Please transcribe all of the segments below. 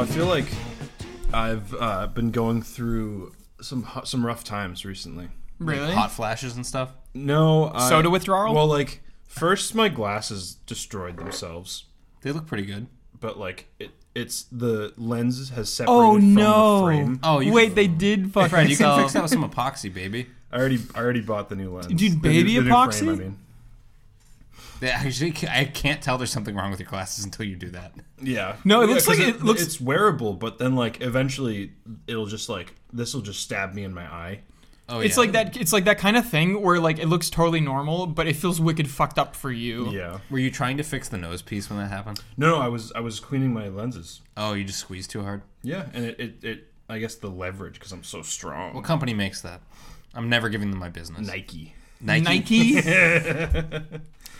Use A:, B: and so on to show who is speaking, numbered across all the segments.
A: I feel like I've uh, been going through some hu- some rough times recently.
B: Really?
C: Hot flashes and stuff.
A: No, I,
B: Soda withdrawal?
A: Well, like first my glasses destroyed themselves,
C: They look pretty good.
A: but like it, it's the lens has separated
B: oh
A: from
B: no!
A: the frame.
C: Oh, you
B: wait,
C: can-
B: they did fuck
C: Fred, you
B: themselves.
C: can fix that with some epoxy, baby.
A: I already I already bought the new lens.
B: Dude,
A: The new-
B: baby
A: the new
B: epoxy?
A: frame, I mean.
C: They actually, ca- I can't tell there's something wrong with your glasses until you do that.
A: Yeah.
B: No, it
A: Yeah,
B: looks like
A: 'cause
B: it looks-
A: it's wearable, but then like eventually it'll just like this will just stab me in my eye.
C: Oh,
B: It's
C: yeah.
B: like that. It's like that kind of thing where like it looks totally normal, but it feels wicked fucked up for you.
A: Yeah.
C: Were you trying to fix the nose piece when that happened?
A: No, no, I was I was cleaning my lenses.
C: Oh, you just squeezed too hard.
A: Yeah, and it it, it I guess the leverage because I'm so strong.
C: What company makes that? I'm never giving them my business.
A: Nike.
C: Nike.
B: Nike.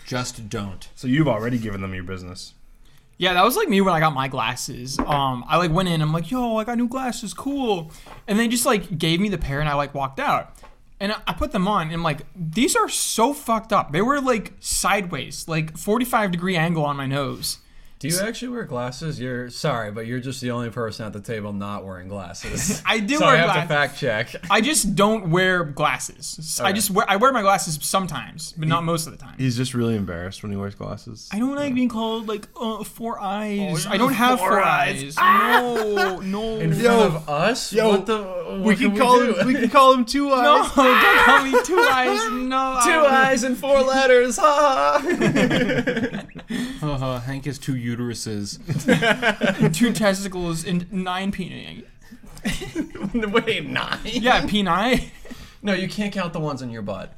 C: Just don't.
A: So you've already given them your business.
B: Yeah, that was like me when I got my glasses. Um, I like went in. I'm like, yo, I got new glasses, cool. And they just like gave me the pair, and I like walked out. And I- I put them on, and I'm like, these are so fucked up. They were like sideways, like 45 degree angle on my nose.
D: Do you actually wear glasses? You're sorry, but you're just the only person at the table not wearing glasses.
B: I do
D: so
B: wear
D: I have
B: glasses.
D: to fact check.
B: I just don't wear glasses. I just wear I wear my glasses sometimes, but not most of the time.
A: He's just really embarrassed when he wears glasses.
B: I don't like being called like uh, four eyes. I don't have four, eyes. Ah! No, no.
D: In
A: Yo.
D: front of us?
A: Yo,
D: what the? What
A: we
D: can,
A: can call
D: do?
A: him we can call him two
B: no,
A: eyes.
B: don't call me two eyes. No,
D: Two eyes and four letters. Ha!
C: Uh, Hank has two uteruses.
B: two testicles and nine peni.
D: Wait, nine.
B: Yeah, peni.
D: No, you can't count the ones in your butt.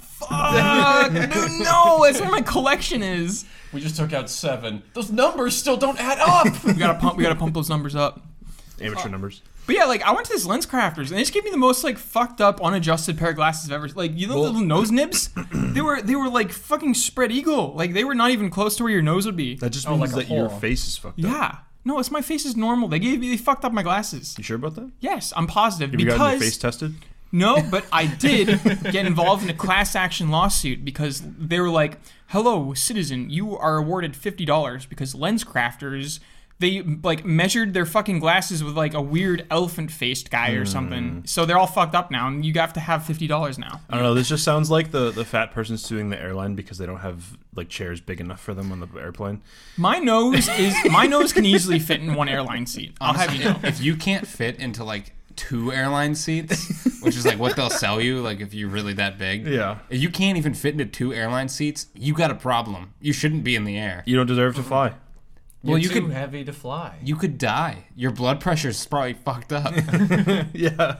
B: Fuck, dude, no, that's where my collection is.
D: We just took out seven. Those numbers still don't add up.
B: We gotta pump. We gotta pump those numbers up.
A: Amateur numbers.
B: But yeah, like I went to this lens crafters and they just gave me the most like fucked up, unadjusted pair of glasses I've ever like you know the little nose nibs? they were they were like fucking spread eagle. Like they were not even close to where your nose would be.
A: That just
D: Oh,
A: means
D: like a
A: that your
D: hole.
A: face is fucked up.
B: yeah. No, it's my face is normal. They gave me they fucked up my glasses.
A: You sure about that?
B: Yes, I'm positive
A: Have you
B: because
A: gotten your face tested?
B: No, but I did get involved in a class action lawsuit because they were like, "Hello, citizen, you are awarded fifty dollars because lens crafters." They like measured their fucking glasses with like a weird elephant-faced guy or
A: Hmm.
B: something, so they're all fucked up now, and you have to have fifty dollars now.
A: I don't know. This just sounds like the, the fat person suing the airline because they don't have like chairs big enough for them on the airplane.
B: My nose is my nose can easily fit in one airline seat. I'll have you know.
C: if you can't fit into like two airline seats, which is like what they'll sell you, like if you're really that big.
A: Yeah.
C: If you can't even fit into two airline seats, you got a problem. You shouldn't be in the air.
A: You don't deserve to fly.
C: well, you
D: You're too eh?
C: could
D: heavy to fly.
C: you could die. Your blood pressure's probably fucked up.
A: Yeah.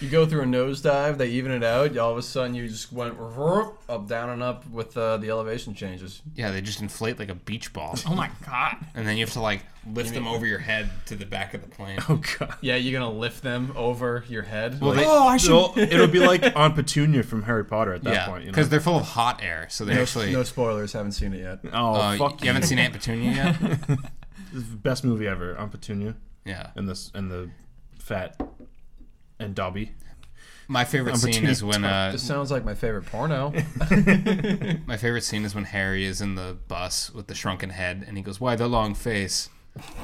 D: You go through a nosedive, they even it out. All of a sudden, you just went vroom, up, down, and up with uh, the elevation changes.
C: yeah, they just inflate like a beach ball,
B: Oh my god!
C: and then you have to like lift them over your head to the back of the plane.
A: Oh god.
D: Yeah, you're gonna lift them over your head.
C: Well, they-
B: Oh, I should.
A: So it'll be like on Petunia from Harry Potter at that
C: yeah,
A: point. You
C: because
A: know?
C: they're full of hot air, so they actually.
D: no spoilers. Haven't seen it yet.
A: Oh
C: uh,
A: fuck!
C: you haven't seen Aunt Petunia yet?
A: best movie ever on Petunia
C: yeah.
A: and this and the fat and Dobby.
C: My favorite
A: Number
C: scene
A: two.
C: is when uh,
D: This sounds like my favorite porno.
C: my favorite scene is when Harry is in the bus with the shrunken head, and he goes, "Why the long face?"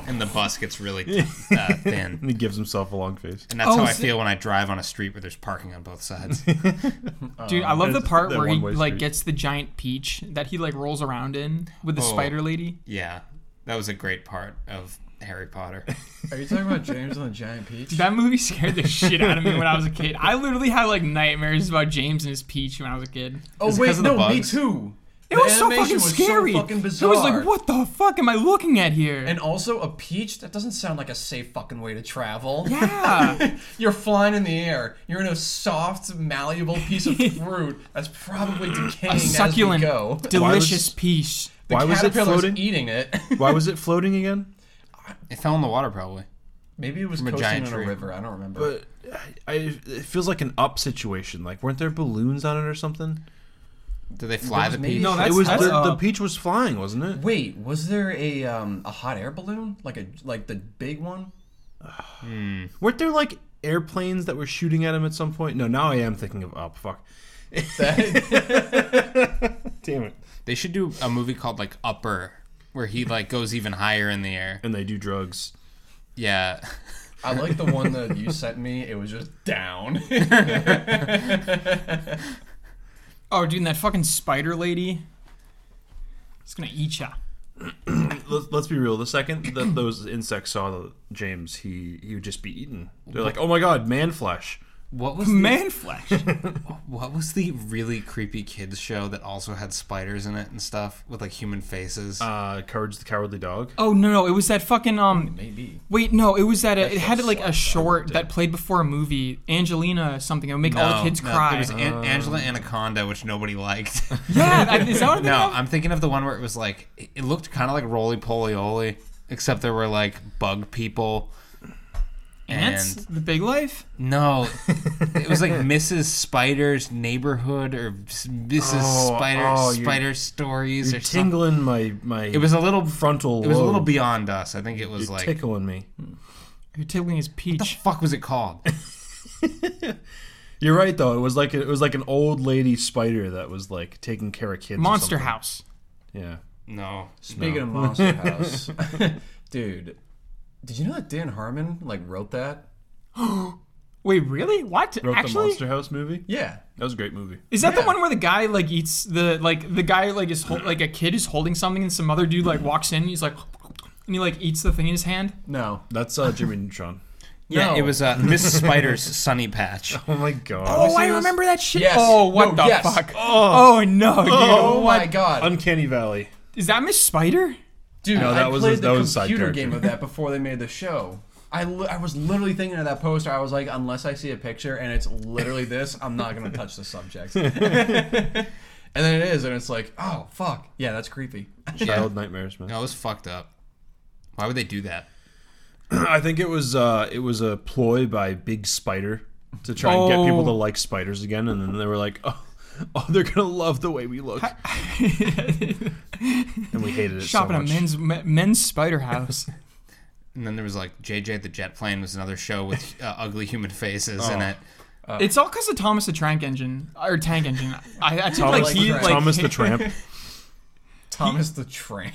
C: And the bus gets really t- uh, thin.
A: And he gives himself a long face.
C: And that's
B: Oh,
C: how I
B: is it-
C: feel when I drive on a street where there's parking on both sides.
B: Dude, I love the
A: There's
B: part
A: that
B: where he
A: one-way
B: like
A: street.
B: gets the giant peach that he like rolls around in with the
C: Oh.
B: spider lady.
C: yeah, that was a great part of Harry Potter.
D: Are you talking about James and the Giant Peach?
B: That movie scared the shit out of me when I was a kid. I literally had like nightmares about James and his peach when I was a kid.
D: Oh
C: Is it 'cause
D: wait,
C: of the
D: no, me
C: bugs?
D: too.
B: It was so fucking scary.
D: So fucking
B: I
D: bizarre.
B: was like, what the fuck am I looking at here?
D: And also a peach. That doesn't sound like a safe fucking way to travel.
B: yeah.
D: You're flying in the air. You're in a soft, malleable piece of fruit that's probably decaying
B: A succulent,
D: as we go.
B: delicious
A: Why was-
B: peach.
D: The
A: Why was it
D: caterpillar's
A: floating?
D: eating it.
A: Why was it floating again?
C: It fell in the water probably.
D: Maybe it was
C: From a
D: coasting
C: giant
D: on a
C: tree.
D: river. I don't remember.
A: But I, I, it feels like an up situation. Like weren't there balloons on it or something?
C: Did they fly
D: There was
C: the
D: maybe-
C: peas?
B: No, that's-
A: it was
B: that's
A: the, the
B: up.
A: peach was flying, wasn't it?
D: Wait, was there a um, a hot air balloon? Like a like the big one?
A: Weren't there like airplanes that were shooting at him at some point? No, now I am thinking of up. Fuck. Damn it.
C: They should do a movie called like Upper, where he like goes even higher in the air.
A: And they do drugs.
C: Yeah.
D: I like the one that you sent me. It was just down.
B: Oh, dude, and that fucking spider lady. It's gonna eat ya.
A: Let's, let's be real. The second that those insects saw James, he he would just be eaten. They're like, oh my god, man flesh.
C: What was
B: Man flesh.
C: the, what was the really creepy kids show that also had spiders in it and stuff with like human faces?
A: Uh, Courage the Cowardly Dog.
B: oh no, no, it was that fucking um.
D: Maybe.
B: Wait, no, it was that uh it
D: show
B: had like a
D: sucked.
B: short that played before a movie, Angelina something. It would make all the kids
C: no,
B: cry.
C: It was
A: Oh.
C: An- Angela Anaconda, which nobody liked.
B: yeah, I- is that what I'm thinking
C: no,
B: of?
C: I'm thinking of the one where it was like it it looked kind of like Roly Poly Oly, except there were like bug people.
B: Ants,
C: and-
B: the big life.
C: No, it was like Mrs. Spider's Neighborhood or s- Mrs.
A: Oh,
C: Spider
A: oh, you're-
C: Spider Stories
A: You're
C: or something.
A: tingling my my.
C: It was a little
A: frontal.
C: It was a little
A: lobe.
C: beyond us. I think it was
A: You're
C: like
A: tickling me.
B: You're tickling his
C: the
B: peach.
C: fuck was it called?
A: You're right though. It was like it was like an old lady spider that was like taking care of kids. or
B: Monster
A: something.
B: House.
A: Yeah.
C: no.
D: Speaking of Monster House, dude, did you know that Dan Harmon like wrote that?
B: Wait, really? What?
A: Wrote the
B: Actually,
A: Monster House movie.
D: Yeah.
A: That was a great movie.
B: is that the
D: Yeah.
B: one where the guy like eats the like the guy like is hol- like a kid is holding something and some other dude like walks in and he's like and he like eats the thing in his hand?
D: No.
A: That's uh, Jimmy Neutron.
C: Yeah,
D: No.
C: it was uh, Miss Spider's Sunny Patch.
A: Oh my god.
B: Oh, I
D: seen this?
B: remember that shit.
D: Yes.
B: Oh, what
D: No,
B: the
D: yes.
B: fuck? Oh, no, dude.
D: Oh, my
B: What?
D: god.
A: Uncanny Valley.
B: Is that Miss Spider?
D: Dude,
A: No, that
D: I
A: was
D: played
A: his-
D: the
A: that was his side
D: computer
A: character.
D: game of that before they made the show. I, li- I was literally thinking of that poster. I was like, unless I see a picture and it's literally this, I'm not gonna touch the subject. and then it is, and it's like, oh fuck, yeah, that's creepy.
A: Child nightmares, man.
C: No, it was fucked up. Why would they do that?
A: I think it was uh, it was a ploy by Big Spider to try and get people
B: Oh.
A: to like spiders again, and then they were like, oh, oh they're gonna love the way we look, and we hated it
B: Shop
A: so
B: at a
A: much.
B: men's me- men's spider house.
C: And then there was like JJ the Jet Plane was another show with uh, ugly human faces in
D: Oh.
C: it.
B: it's all because of Thomas the Trank Engine or Tank Engine. I, I think
A: Thomas,
B: like
A: the-
B: he
D: Trank.
B: like
A: Thomas the Tramp.
D: Thomas the Train.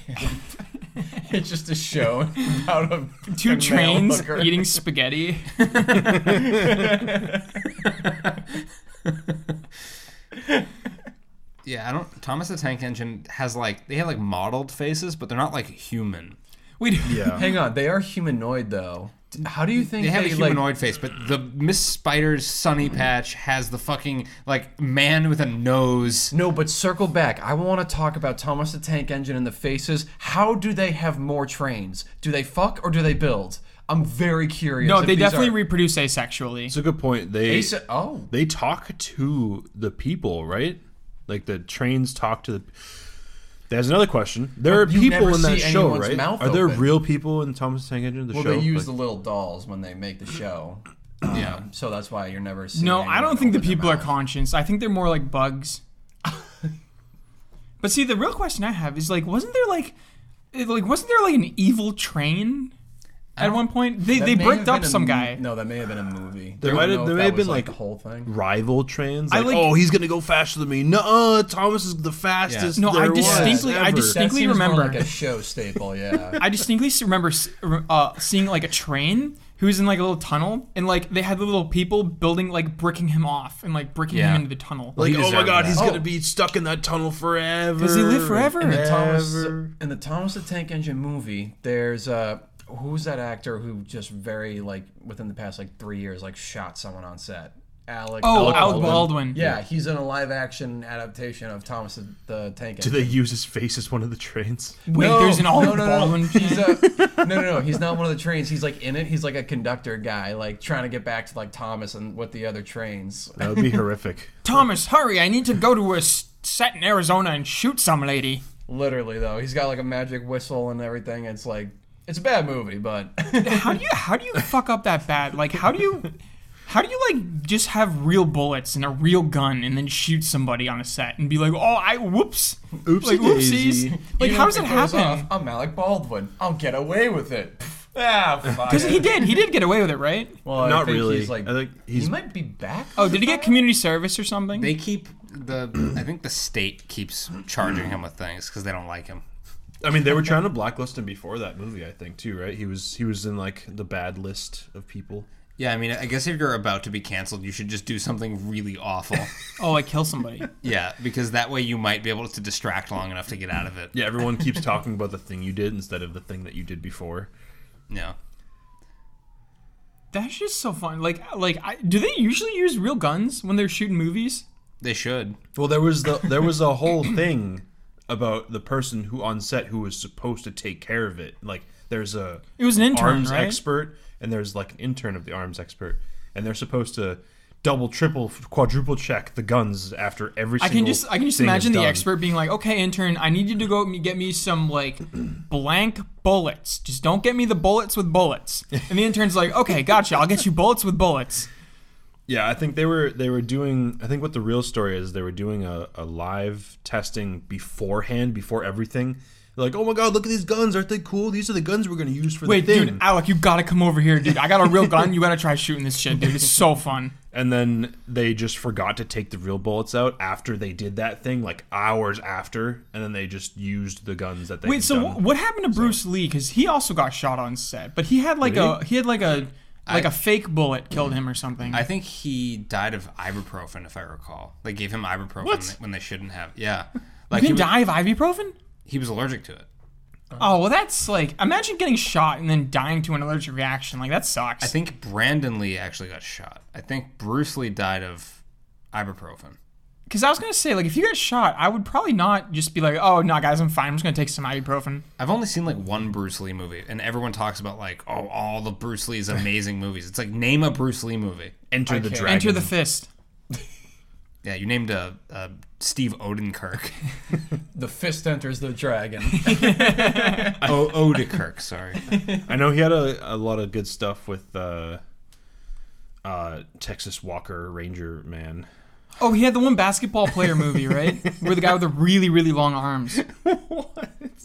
D: it's just a show about a a
B: two
D: male
B: trains
D: hooker.
B: eating spaghetti.
C: Yeah, I don't. Thomas the Tank Engine has like they have like modeled faces, but they're not like human.
B: Wait,
A: Yeah.
D: Hang on, they are humanoid though. How do you think
C: They
D: they,
C: have a
D: like,
C: humanoid face, but the Miss Spider's Sunny Patch has the fucking like man with a nose.
D: No, but circle back. I want to talk about Thomas the Tank Engine and the faces. How do they have more trains? Do they fuck or do they build? I'm very curious.
B: no,
D: if
B: they
D: these
B: definitely
D: are-
B: reproduce asexually.
A: It's a good point. They
D: Ace- oh,
A: they talk to the people, right? Like the trains talk to the. There's another question. There are
D: you
A: people
D: never
A: in that
D: see
A: show,
D: anyone's
A: right?
D: mouth
A: Are there
D: open.
A: real people in Thomas the Tank Engine? The
D: well,
A: show,
D: they use
A: Like-
D: the little dolls when they make the show, Um,
C: Yeah,
D: so that's why you're never. Seeing
B: No, I don't think the
D: open their
B: people are
D: mouth.
B: conscious. I think they're more like bugs. but see, the real question I have is like, wasn't there like, it- like wasn't there like an evil train at one point? They
D: That
B: they
D: may
B: bricked
D: have been
B: up
D: a
B: some
D: mo-
B: guy.
D: No, that may have been a movie.
A: There
D: I
A: might have-
D: don't
A: there
D: know if
A: may
D: that
A: have
D: was,
A: been,
D: like the
A: like,
D: whole thing.
A: rival trains.
B: I
A: Like,
B: like-
A: oh, he's gonna go faster than me. No, Thomas is the fastest.
B: No, I
A: there was
B: distinctly- I
A: ever."
B: distinct-
D: That
B: distinctly
D: seems more
B: remember-
D: like a show staple. Yeah.
B: I distinctly s- remember s- r- uh, seeing like a train who was in like a little tunnel, and like they had the little people building like bricking him off and like bricking
C: Yeah.
B: him into the tunnel.
A: Like,
C: He
A: oh my
C: deserved
A: god,
C: that.
A: he's
D: Oh.
A: gonna be stuck in that tunnel forever.
B: Does he live forever?
A: And
B: The
D: Thomas
A: ever.
D: in the Thomas the Tank Engine movie, there's uh who's that actor who just very like within the past like three years like shot someone on set. Alec.
B: oh,
D: Alec
B: Alec Baldwin.
D: Yeah, he's in a live action adaptation of Thomas the- the Tank
A: Do
D: Engine.
A: they use his face as one of the trains?
B: Wait,
D: No,
B: there's an Alec
D: no, no, no.
B: Baldwin.
D: He's a, no, no, no. He's not one of the trains. He's like in it. He's like a conductor guy, like trying to get back to like Thomas and with the other trains.
A: That would be horrific.
B: Thomas, hurry! I need to go to a s- set in Arizona and shoot some lady.
D: Literally though, he's got like a magic whistle and everything. It's like it's a bad movie, but
B: How do you how do you fuck up that bad? Like how do you how do you like just have real bullets and a real gun and then shoot somebody on a set and be like, oh, I whoops,
A: Oopsie
B: like
A: daisy.
B: oopsies. Like
D: Even
B: how
D: if
B: does it
D: goes
B: happen?
D: off, I'm Alec Baldwin. I'll get away with it. Pff, ah, fuck.
B: Because
D: it.
B: he did he did get away with it, right?
D: Well, I
A: Not
D: think
A: really.
D: He's like,
A: I think he's-
D: he might be back.
B: Oh, did he get community service or something?
C: they keep the. I think the state keeps charging him with things because they don't like him.
A: I mean, they were trying to blacklist him before that movie, I think, too, right? He was he was in like the bad list of people.
C: Yeah, I mean, I guess if you're about to be canceled, you should just do something really awful.
B: Oh, I kill somebody.
C: yeah, because that way you might be able to distract long enough to get out of it.
A: Yeah, everyone keeps talking about the thing you did instead of the thing that you did before.
C: Yeah.
B: That's just so fun. Like, like, I, do they usually use real guns when they're shooting movies?
C: They should.
A: Well, there was the there was a whole thing about the person who on set who was supposed to take care of it. Like there's a
B: It was an intern,
A: arms
B: right?
A: expert and there's like an intern of the arms expert and they're supposed to double, triple, quadruple check the guns after every
B: I
A: single
B: can just, I can just
A: thing is
B: imagine the
A: done.
B: expert being like, "Okay, intern, I need you to go me- get me some like blank bullets. Just don't get me the bullets with bullets." And the intern's like, "Okay, gotcha. I'll get you bullets with bullets."
A: Yeah, I think they were they were doing. I think what the real story is, they were doing a, a live testing beforehand, before everything. They're like, oh my god, look at these guns! Aren't they cool? These are the guns we're gonna use for
B: Wait,
A: the thing.
B: dude, Alec, you gotta come over here, dude. I got a real gun. You gotta try shooting this shit, dude. It's so fun.
A: and then they just forgot to take the real bullets out after they did that thing, like hours after, and then they just used the guns that they.
B: Wait,
A: had
B: so
A: done.
B: wh- what happened to Bruce Lee? Because he also got shot on set, but he had like a he had like a like a
C: I-
B: fake bullet killed him or something.
C: I think he died of ibuprofen, if I recall. They gave him ibuprofen
A: What?
C: when they shouldn't have. Yeah.
B: you
C: Like
B: can
C: he, was,
B: die of ibuprofen.
C: he was allergic to it.
B: Oh well, that's like imagine getting shot and then dying to an allergic reaction. Like that sucks.
C: I think Brandon Lee actually got shot. I think Bruce Lee died of ibuprofen.
B: Because I was gonna say like if you got shot, I would probably not just be like, oh no, guys, I'm fine. I'm just gonna take some ibuprofen.
C: I've only seen like one Bruce Lee movie, and everyone talks about like, oh, all the Bruce Lee's amazing movies. It's like name a Bruce Lee movie.
A: Enter the
D: can't-
A: dragon.
B: Enter the fist.
C: Yeah, you named a, a Steve Odenkirk.
D: The fist enters the dragon.
C: oh, Odekirk, sorry.
A: I know he had a, a lot of good stuff with uh, uh, Texas Walker Ranger man.
B: Oh, he had the one basketball player movie, right? Where the guy with the really really long arms.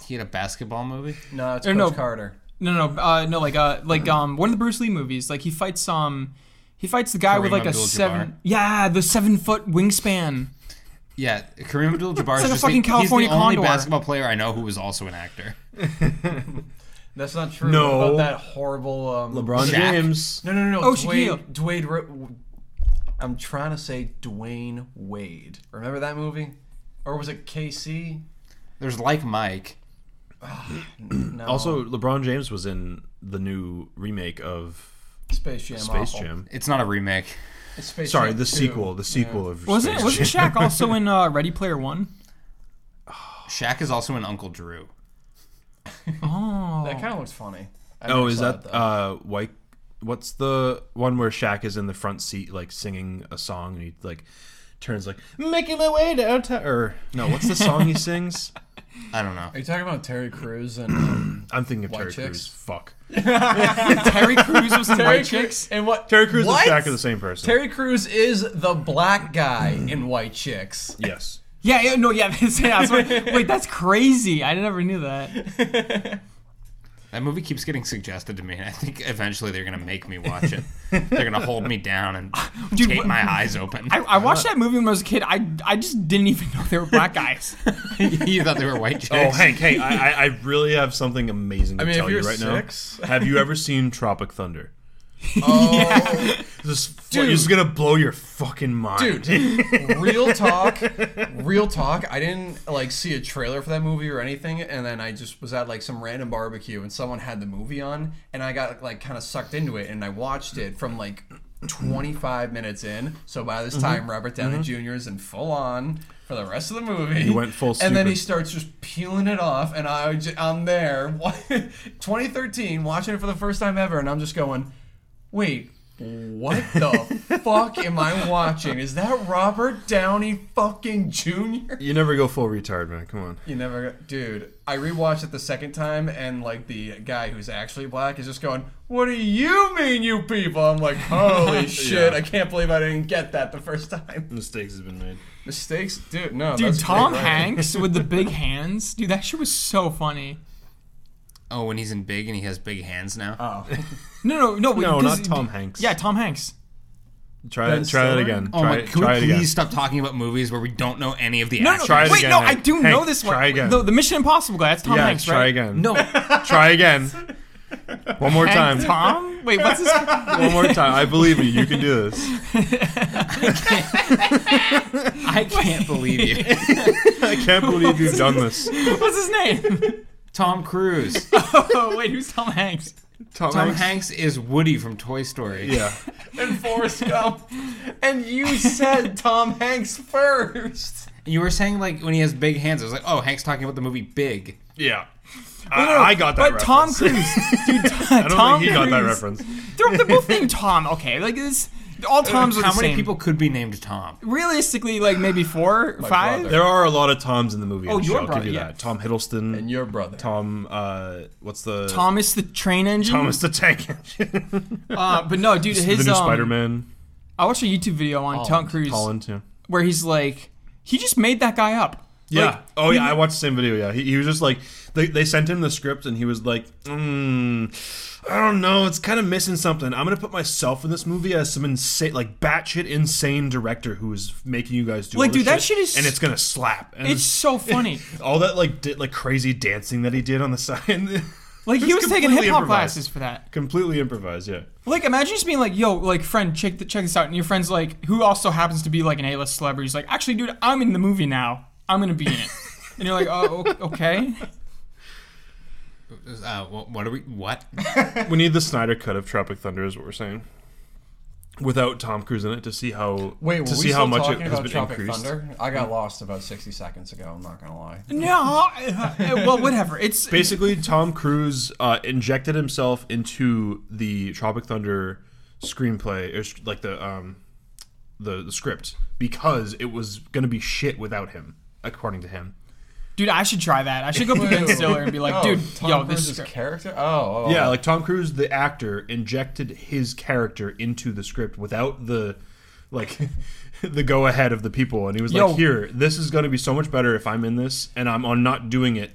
C: He had a basketball movie.
D: No, it's
B: Or
D: Coach
B: no.
D: Carter.
B: No, no, uh, no, like, uh, like, um, one of the Bruce Lee movies. Like, he fights, um, he fights the guy with
C: Kareem
B: like a
C: Abdul-Jabbar.
B: seven, yeah, the seven foot wingspan.
C: Yeah, Kareem Abdul-Jabbar.
B: It's like a
C: is just the-
B: fucking California
C: he's the only
B: condor.
C: basketball player I know who was also an actor.
D: That's not true.
A: No.
D: What about that horrible um,
A: LeBron
C: Shaq.
A: James.
D: No, no, no, no.
B: Oh,
D: Dwayne, Dwayne. Ro- w- I'm trying to say Dwayne Wade. Remember that movie? Or was it KC?
C: There's like Mike.
D: No.
A: Also, LeBron James was in the new remake of
D: Space Jam.
A: Space
D: awful.
A: Jam.
C: It's not a remake.
D: It's Space
A: Sorry,
D: Jam
A: the
D: 2.
A: sequel. The sequel
D: Yeah.
A: of
B: Wasn't
A: Space
B: wasn't
A: Jam.
B: Shaq also in uh, Ready Player One?
C: Shaq is also an Uncle Drew.
B: Oh,
D: That kind of looks funny. I
A: Oh,
D: never
A: is
D: saw
A: that
D: though.
A: uh white? What's the one where Shaq is in the front seat, like singing a song, and he like turns like making my way downtown? Or no, what's the song he sings?
C: I don't know.
D: Are you talking about Terry Crews and um,
A: I'm thinking of
D: White
A: Terry
D: Chicks?
A: Crews. Fuck,
B: Terry Crews was in White
D: Cre-
B: Chicks.
D: and what?
A: Terry Crews
D: What?
A: and Shaq are the same person.
D: Terry Crews is the black guy in White Chicks.
A: yes,
B: Yeah, yeah, no, yeah, that's- yeah, that's what- wait, that's crazy. I never knew that.
C: That movie keeps getting suggested to me, and I think eventually they're gonna make me watch it. they're gonna hold me down and
B: Dude,
C: tape
B: what-
C: my eyes open.
B: I, I watched that movie when I was a kid. I I just didn't even know they were black guys.
C: you thought they were white chicks.
A: Oh, Hank, hey, I, I- I really have something amazing to
D: mean, if
A: tell you
D: you're
A: right
D: six-
A: now. Have you ever seen Tropic Thunder?
D: Oh,
A: This dude is gonna blow your fucking mind,
D: dude. real talk, real talk. I didn't like see a trailer for that movie or anything, and then I just was at like some random barbecue, and someone had the movie on, and I got like kind of sucked into it, and I watched it from like 25 minutes in. So by
A: Mm-hmm.
D: this time, Robert Downey Jr. is in full on for the rest of the movie. He
A: went full
D: and then
A: stupid.
D: he starts just peeling it off, and I j- I'm there, 2013, watching it for the first time ever, and I'm just going, wait. What the fuck am I watching? Is that Robert Downey fucking Jr.?
A: You never go full retard, man. Come on.
D: You never, dude. I rewatched it the second time, and like the guy who's actually black is just going, "What do you mean, you people?" I'm like, "Holy shit! I can't believe I didn't get that the first time."
A: Mistakes have been made.
D: Mistakes, dude. No,
B: Dude,
D: that's
B: Tom
D: great writing.
B: Hanks with the big hands. Dude, that shit was so funny.
C: Oh, when he's in big and he has big hands now.
D: Oh,
B: No, no, no. wait,
A: No, not
B: 'cause-
A: Tom Hanks.
B: Yeah, Tom Hanks.
A: Try
D: Ben
A: it. Try
D: Stiller?
A: it again.
C: Oh
A: try
C: my!
A: it,
C: Can
A: try
C: we
A: it
C: please
A: again.
C: stop talking about movies where we don't know any of the
B: No, no,
C: actors?
A: Try it
B: wait,
A: again,
B: no,
A: Hank.
B: I do know
A: Hank,
B: this one.
A: try again.
B: The, the Mission Impossible guy. That's Tom
A: Yeah,
B: Hanks,
A: try
B: right?
A: again.
B: No,
A: Try again. One more
B: Hank,
A: time.
B: Tom. Wait, what's this?
A: One more time. I believe you. You can do this.
C: I can't believe you,
A: I can't believe you've done this.
B: What's his name?
C: Tom Cruise.
B: oh, wait, who's Tom Hanks?
C: Tom Hanks is Woody from Toy Story.
A: Yeah.
D: and Forrest Gump. And you said Tom Hanks first.
C: You were saying like when he has big hands, I was like, oh, Hank's talking about the movie Big.
A: Yeah.
B: No,
A: I,
B: no, no,
A: I got that
B: But
A: reference.
B: Tom Cruise, dude.
A: I don't
B: Tom
A: think he got that
B: Cruise.
A: reference.
B: They're, they're both named Tom. Okay, like this. All Toms are
C: How
B: the
C: many
B: same.
C: people could be named Tom?
B: Realistically, like maybe four, five.
D: brother.
A: There are a lot of Toms in the movie.
B: Oh,
A: industry,
B: your
A: I'll
B: brother,
A: give you
B: yeah.
A: that. Tom Hiddleston.
D: And your brother.
A: Tom, uh, what's the
B: Thomas the train engine.
A: Thomas the Tank Engine,
B: Uh, but no, dude, his
A: the new
B: um,
A: Spider-Man,
B: I watched a YouTube video on Tom Cruise
A: Holland. Yeah,
B: where he's like, he just made that guy up.
A: yeah.
B: Like,
A: oh yeah, I watched the same video. Yeah, he, he was just like they, they sent him the script and he was like, mm, I don't know, it's kind of missing something. I'm gonna put myself in this movie as some insane, like batshit insane director who is making you guys do
B: Like,
A: all this
B: dude, that shit is-
A: and it's gonna slap. And
B: it's so funny.
A: all that like di- like crazy dancing that he did on the side.
B: Like he
A: It's
B: was taking hip
A: completely
B: hop
A: improvised.
B: classes for that.
A: Completely improvised, yeah.
B: Like, imagine just being like, "Yo, like, friend, check the, check this out," and your friend's like, who also happens to be like an A-list celebrity, is like, "Actually, dude, I'm in the movie now. I'm gonna be in it," and you're like, "Oh, o- okay."
C: Uh, what, what are we? What?
A: We need the Snyder cut of Tropic Thunder, is what we're saying. Without Tom Cruise in it, to see how
D: Wait, were
A: to
D: we
A: see
D: still
A: how much it
D: talking
A: has
D: about
A: been
D: Tropic
A: increased.
D: Thunder? I got lost about 60 seconds ago. I'm not gonna lie.
B: No, uh, well, whatever. It's
A: Basically, Tom Cruise uh, injected himself into the Tropic Thunder screenplay, or s- like the um, the, the script, because it was going to be shit without him, according to him.
B: dude, I should try that. I should go up to Ben Stiller and be like,
D: Oh,
B: "Dude,
D: Tom
B: yo, this
D: Cruise's
B: is."
D: character. Oh, oh,
A: Yeah,
D: oh.
A: like Tom Cruise, the actor, injected his character into the script without the like the go ahead of the people, and he was
B: Yo.
A: like, "Here, this is going to be so much better if I'm in this, and I'm, I'm not doing it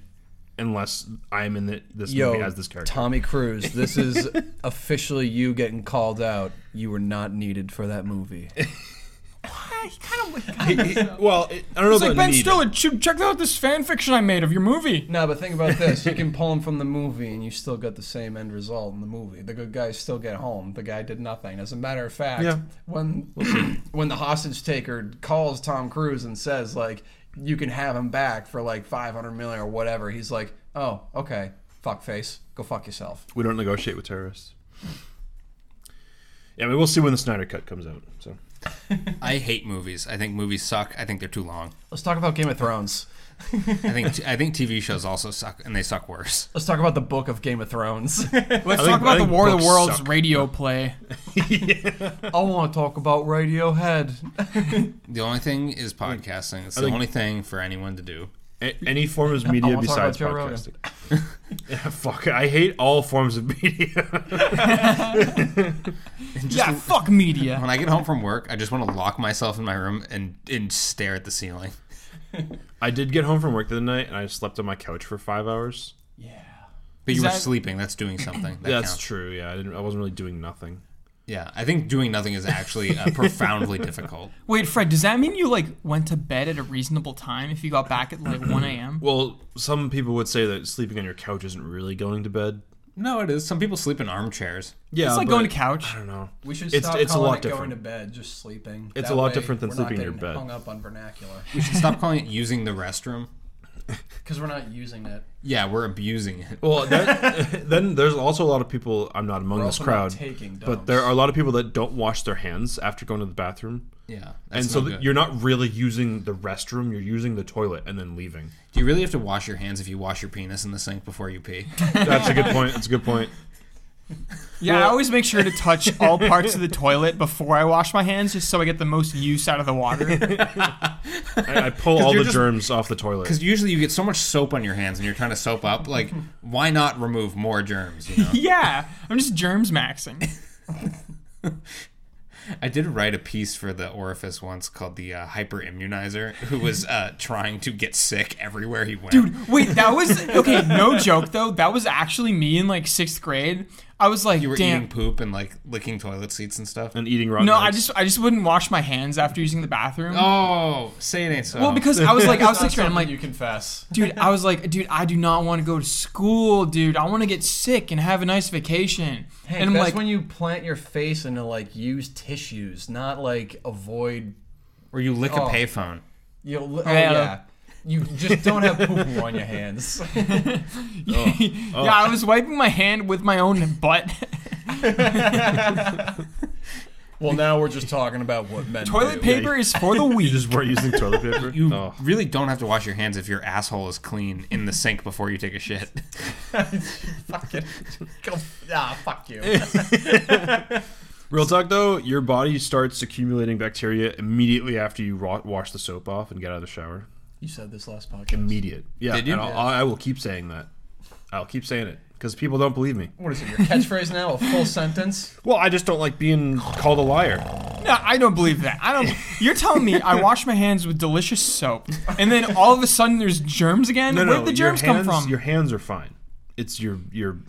A: unless I'm in the, this movie as this character."
D: Tommy Cruise, this is officially you getting called out. You were not needed for that movie.
B: Kind of.
A: He- he- well, it, I don't know
B: It's
A: about
B: like Ben
A: need.
B: Stiller. Check check out this fan fiction I made of your movie.
D: no, but think about this: you can pull him from the movie, and you still get the same end result in the movie. The good guys still get home. The guy did nothing. As a matter of fact,
A: Yeah.
D: when when the hostage taker calls Tom Cruise and says like, "You can have him back for like 500 million or whatever," he's like, "Oh, okay, fuck face, go fuck yourself."
A: We don't negotiate with terrorists. Yeah, I mean, we'll see when the Snyder Cut comes out. So
C: I hate movies. I think movies suck. I think they're too long.
D: Let's talk about Game of Thrones.
C: I think I think TV shows also suck, and they suck worse.
D: Let's talk about the book of Game of Thrones.
B: Let's
A: think-
B: talk
A: I
B: about the
A: think
B: War of the
A: books
B: Worlds
A: suck.
B: radio play.
D: I want to talk about Radiohead.
C: The only thing is podcasting. It's the
A: think-
C: only thing for anyone to do.
A: a- any form of media
D: wanna talk about
A: besides
D: Joe Rogan.
A: podcasting. yeah, fuck, I hate all forms of media.
B: Yeah, fuck media.
C: When I get home from work, I just want to lock myself in my room and and stare at the ceiling.
A: I did get home from work the other night and I slept on my couch for five hours.
C: But you
B: Is
C: were
B: that-
C: sleeping. That's doing something. That
A: That's
C: counts.
A: true. Yeah, I didn't. I wasn't really doing nothing.
C: Yeah, I think doing nothing is actually uh, profoundly difficult.
B: Wait, Fred, does that mean you like went to bed at a reasonable time if you got back at like 1 a.m.?
A: Well, some people would say that sleeping on your couch isn't really going to bed.
C: No, it is. Some people sleep in armchairs.
A: Yeah,
B: it's like
A: but-
B: going to couch.
A: I don't know.
D: We should
A: It's-
D: stop
A: it's a
D: calling
A: lot
D: it
A: different.
D: going to bed, just sleeping.
A: It's a
D: That
A: lot
D: way,
A: different than
D: we're
A: sleeping in
D: not
A: your
D: getting
A: bed.
D: Hung up on vernacular
C: We should stop calling it using the restroom.
D: because we're not using it.
C: Yeah, we're abusing it.
A: Well, that, then there's also a lot of people. I'm not among
D: We're
A: this
D: also not
A: crowd,
D: taking dumps.
A: but there are a lot of people that don't wash their hands after going to the bathroom,
C: Yeah,
A: and
C: that's
A: so
C: no
A: th-
C: good.
A: you're not really using the restroom. You're using the toilet and then leaving.
C: Do you really have to wash your hands if you wash your penis in the sink before you pee?
A: That's a good point. That's a good point.
B: Yeah, I always make sure to touch all parts of the toilet before I wash my hands just so I get the most use out of the water.
A: I, I pull all
C: you're
A: the
C: just-
A: germs off the toilet.
C: Because usually you get so much soap on your hands and you're trying to soap up. Like, why not remove more germs? You know,
B: yeah, I'm just germs maxing.
C: I did write a piece for the orifice once called the uh, hyper immunizer, who was uh, trying to get sick everywhere he went.
B: Dude, wait, that was okay, no joke though. That was actually me in like 6th grade. I was like,
C: You were
B: damn.
C: eating poop and like licking toilet seats and stuff.
A: and eating rotten
B: no, I
A: eggs.
B: just I just wouldn't wash my hands after using the bathroom.
C: oh, say it ain't so.
B: Well, because I was like, I was
D: It's not
B: six, I'm
D: something
B: like,
D: you confess.
B: dude, I was like, dude, I do not want to go to school, dude. I want to get sick and have a nice vacation.
D: Hank,
B: and I'm
D: that's
B: like,
D: when you plant your face into like used tissues, not like avoid.
C: or you lick
D: Oh.
C: a payphone.
D: You know, li- oh
B: Yeah.
D: yeah, you just don't have poo on your hands.
C: Oh.
B: yeah, I was wiping my hand with my own butt.
D: Well, now we're just talking about what men
B: Toilet
D: do.
B: paper is for the
A: you
B: weak.
A: just weren't using toilet paper.
C: You
A: Oh.
C: really don't have to wash your hands if your asshole is clean in the sink before you take a shit.
D: Fucking go, ah, fuck you.
A: Real talk though, your body starts accumulating bacteria immediately after you ro- wash the soap off and get out of the shower.
D: You said this last podcast.
A: Immediate. Yeah.
C: Did you?
A: And I'll, I will keep saying that. I'll keep saying it because people don't believe me.
D: What is it? Your catchphrase now? A full sentence?
A: Well, I just don't like being called a liar.
B: No, I don't believe that. I don't. You're telling me I wash my hands with delicious soap, and then all of a sudden there's germs again?
A: No,
B: Where did
A: no,
B: the germs
A: your
B: come
A: hands,
B: from?
A: Your hands are fine. It's your your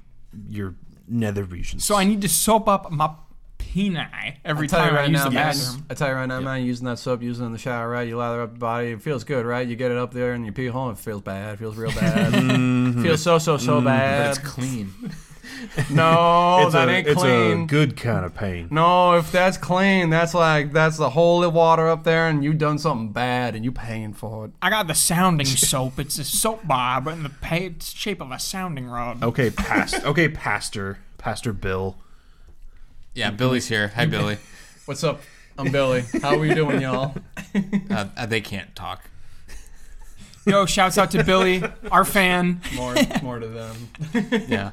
A: your nether regions.
B: So I need to soap up my peni every time I use the bathroom.
D: I tell you right now, man, using that soap, using it in the shower, right? You lather up the body, it feels good, right? You get it up there in your pee hole, it feels bad, it feels real bad,
A: Mm-hmm.
D: feels so so so
C: but it's
D: bad.
C: clean.
D: No,
A: it's
D: that
A: a,
D: ain't
A: it's
D: clean.
A: a good kind of pain.
D: no, if that's clean, that's like that's the holy water up there, and you done something bad, and you paying for it.
B: I got the sounding soap. It's a soap bar, but in the pa- it's shape of a sounding rod.
A: Okay, past. okay, pastor. Pastor Bill.
C: Yeah, Billy's here. Hi, Billy.
D: What's up? I'm Billy. How we doing, y'all?
C: Uh, uh, they can't talk.
B: Yo, shouts out to Billy, our fan.
D: More, more to them.
C: Yeah,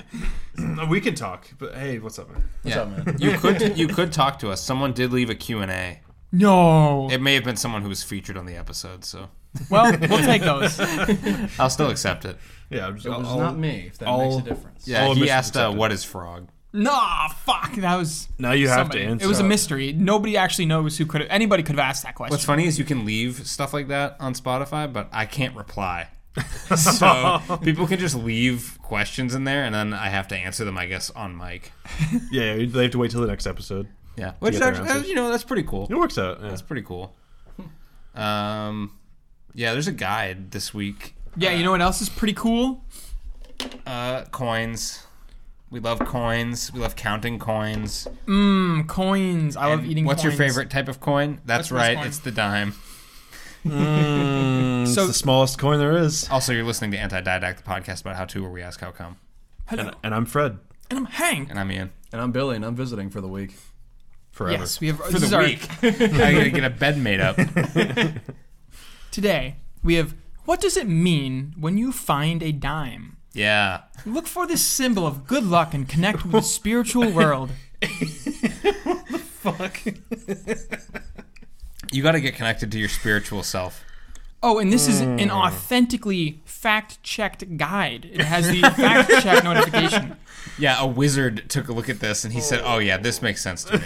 A: We can talk, but hey, what's up, man?
D: What's
C: Yeah.
D: up, man?
C: you could you could talk to us. Someone did leave a Q and A.
B: No.
C: It may have been someone who was featured on the episode, so
B: Well, we'll take those.
C: I'll still accept it.
A: Yeah, I'm just,
D: It was
A: I'll-
D: not me. If that makes
A: I'll-
D: a difference.
C: Yeah,
A: All
C: he
A: admissions
C: asked, uh,
A: accepted.
C: "What is frog?"
B: Nah, fuck. That was.
A: Now you have
B: somebody.
A: to answer.
B: It was a mystery. Nobody actually knows who could have. Anybody could have asked that question.
C: What's funny is you can leave stuff like that on Spotify, but I can't reply. so people can just leave questions in there, and then I have to answer them, I guess, on mic.
A: Yeah, they have to wait till the next episode.
C: Yeah, which
A: get their
C: actually, uh,
A: answers.
C: you know, that's pretty cool.
A: It works out. Yeah.
C: That's pretty cool. Um, yeah, there's a guide this week.
B: Yeah, you know what else is pretty cool?
C: Uh, coins. We love coins. We love counting coins.
B: Mm, coins. I love
C: And
B: eating.
C: What's
B: coins.
C: your favorite type of coin?
B: What's
C: That's
B: this
C: right,
B: coin?
C: it's the dime.
A: Mm,
B: So-
A: it's the smallest coin there is.
C: Also, you're listening to Anti Didact, the podcast about how to, where we ask how come.
B: Hello,
A: And, and I'm Fred
B: and I'm Hank.
C: And I'm Ian.
D: And I'm Billy, and I'm visiting for the week.
A: forever.
B: Yes, we have
C: For
B: this is
C: the
B: our-
C: week, I gotta get a bed made up.
B: today. We have. What does it mean when you find a dime?
C: Yeah.
B: Look for this symbol of good luck and connect with the spiritual world.
C: You got to get connected to your spiritual self.
B: Oh, and this is
C: Hmm.
B: an authentically fact-checked guide. It has the fact-check notification.
C: Yeah, a wizard took a look at this and he said, "Oh yeah, this makes sense to me."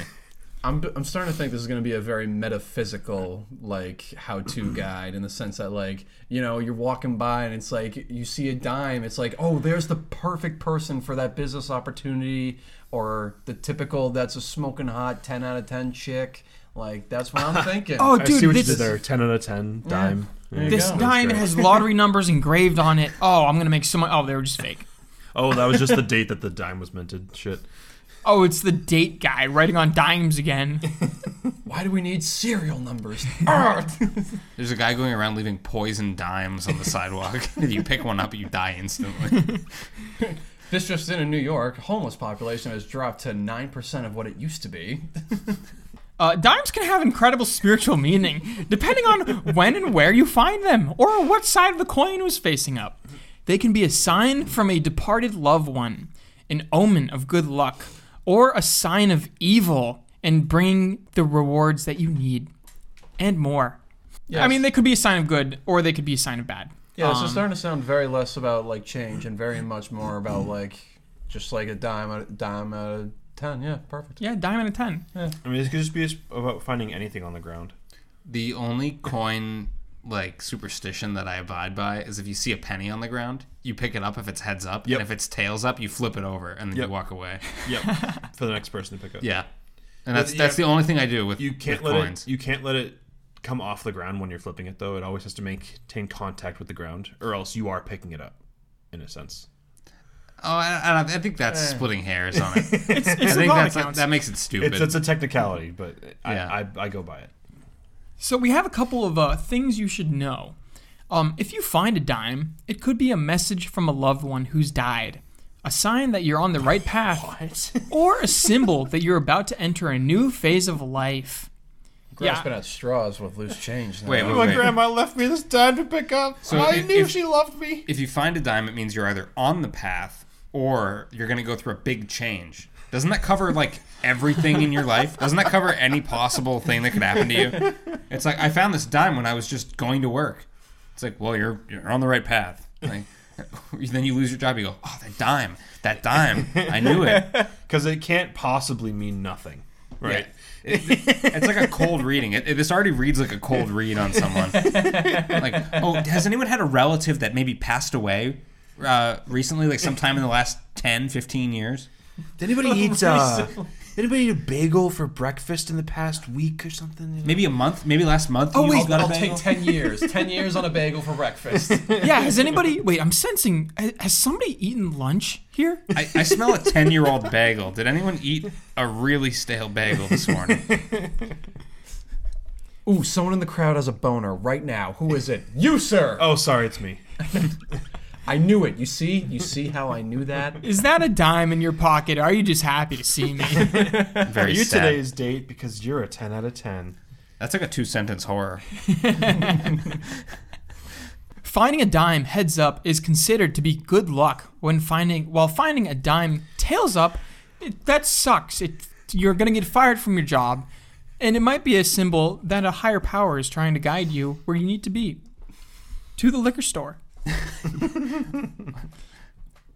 D: I'm, I'm starting to think this is going to be a very metaphysical like how-to guide in the sense that like you know you're walking by and it's like you see a dime it's like oh there's the perfect person for that business opportunity or the typical that's a smoking hot 10 out of 10 chick like that's what I'm thinking
B: Oh,
A: I
B: dude,
A: see what
B: this
A: you did there. Ten out of ten. Dime. There you
B: this
A: go.
B: dime
A: That's
B: has lottery numbers engraved on it. Oh, I'm gonna make so much. Oh, they were just fake.
A: great. Oh, that was just the date that the dime was minted. Shit.
B: Oh, it's the date guy writing on dimes again.
D: why do we need serial numbers
C: There's a guy going around leaving poison dimes on the sidewalk. if you pick one up, you die instantly.
D: this just in in New York homeless population has dropped to 9% of what it used to be
B: Uh, dimes can have incredible spiritual meaning, depending on when and where you find them, or what side of the coin was facing up. They can be a sign from a departed loved one, an omen of good luck, or a sign of evil and bringing the rewards that you need, and more. I
D: Yes.
B: mean, they could be a sign of good, or they could be a sign of bad.
D: Yeah, this
B: Um,
D: is starting to sound very less about like change and very much more about like just like a dime out dime out of ten. Yeah, perfect.
B: Yeah, dime and a ten.
A: I mean, it could just be about finding anything on the ground.
C: the only coin like superstition that I abide by is if you see a penny on the ground, you pick it up if it's heads up,
A: Yep.
C: and if it's tails up, you flip it over and then
A: Yep.
C: you walk away.
A: Yep. For the next person to pick up.
C: Yeah, and that's
A: you-
C: that's the only thing I do with
A: You can't
C: with
A: let
C: coins.
A: it. You can't let it come off the ground when you're flipping it, though. It always has to maintain contact with the ground, or else you are picking it up, in a sense.
C: oh, and, and I think that's
A: Eh.
C: splitting hairs on it.
B: It's, it's
C: I think
B: symbolic
C: that's
B: counts.
C: that makes it stupid.
A: It's it's a technicality, but I,
C: Yeah.
A: I, I go by it.
B: So we have a couple of uh, things you should know. Um, if you find a dime, it could be a message from a loved one who's died, a sign that you're on the right path, or a symbol that you're about to enter a new phase of life.
D: Grasping at straws with loose change.
C: Wait, wait,
A: My
C: wait.
A: grandma left me this dime to pick up.
C: So
A: I
C: if-
A: knew
C: if-
A: she loved me.
C: if you find a dime, it means you're either on the path or you're going to go through a big change. Doesn't that cover like everything in your life? Doesn't that cover any possible thing that could happen to you? It's like I found this dime when I was just going to work. It's like, well, you're you're on the right path. Like, then you lose your job. You go, oh, that dime, that dime. I knew it.
A: Because it can't possibly mean nothing, right?
C: It's like a cold reading. It, it- this already reads like a cold read on someone. like, oh, has anyone had a relative that maybe passed away uh, recently, like sometime in the last 10, 15 years?
A: Did anybody eat uh, anybody eat a bagel for breakfast in the past week or something?
C: Maybe a month? Maybe last month?
B: Oh,
C: you
B: wait,
C: all got a
D: I'll take
C: bagel?
D: ten years. ten years on a bagel for breakfast.
B: Yeah, has anybody? Wait, I'm sensing. ha- Has somebody eaten lunch here?
C: I, I smell a 10 year old bagel. Did anyone eat a really stale bagel this morning?
D: Ooh, someone in the crowd has a boner right now. Who is it? You, sir.
A: Oh, sorry, it's me.
D: I knew it. You see? You see how I knew that?
B: Is that a dime in your pocket? Or are you just happy to see me?
C: Very
A: You
C: sad.
A: today's date because you're a ten out of ten.
C: That's like a two sentence horror.
B: Finding a dime heads up is considered to be good luck when finding while finding a dime tails up it, that sucks it you're going to get fired from your job and it might be a symbol that a higher power is trying to guide you where you need to be to the liquor store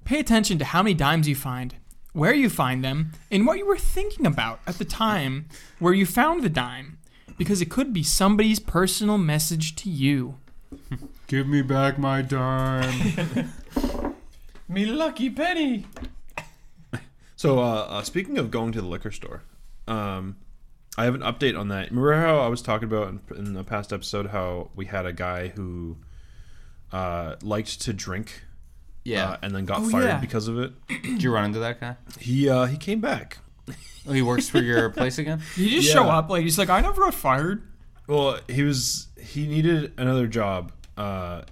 B: pay attention to how many dimes you find where you find them and what you were thinking about at the time where you found the dime because it could be somebody's personal message to you
C: Give me back my dime.
D: Me lucky penny.
A: So, uh, uh, speaking of going to the liquor store, um, I have an update on that. Remember how I was talking about in, in the past episode how we had a guy who uh, liked to drink,
C: Yeah.
A: uh, and then got
B: Oh,
A: fired
B: yeah.
A: because of it.
C: Did you run into that guy?
A: He uh, he came back.
C: Oh, he works for your place again?
B: You just
A: Yeah.
B: show up like he's like, I never got fired.
A: Well, he was he needed another job. Uh,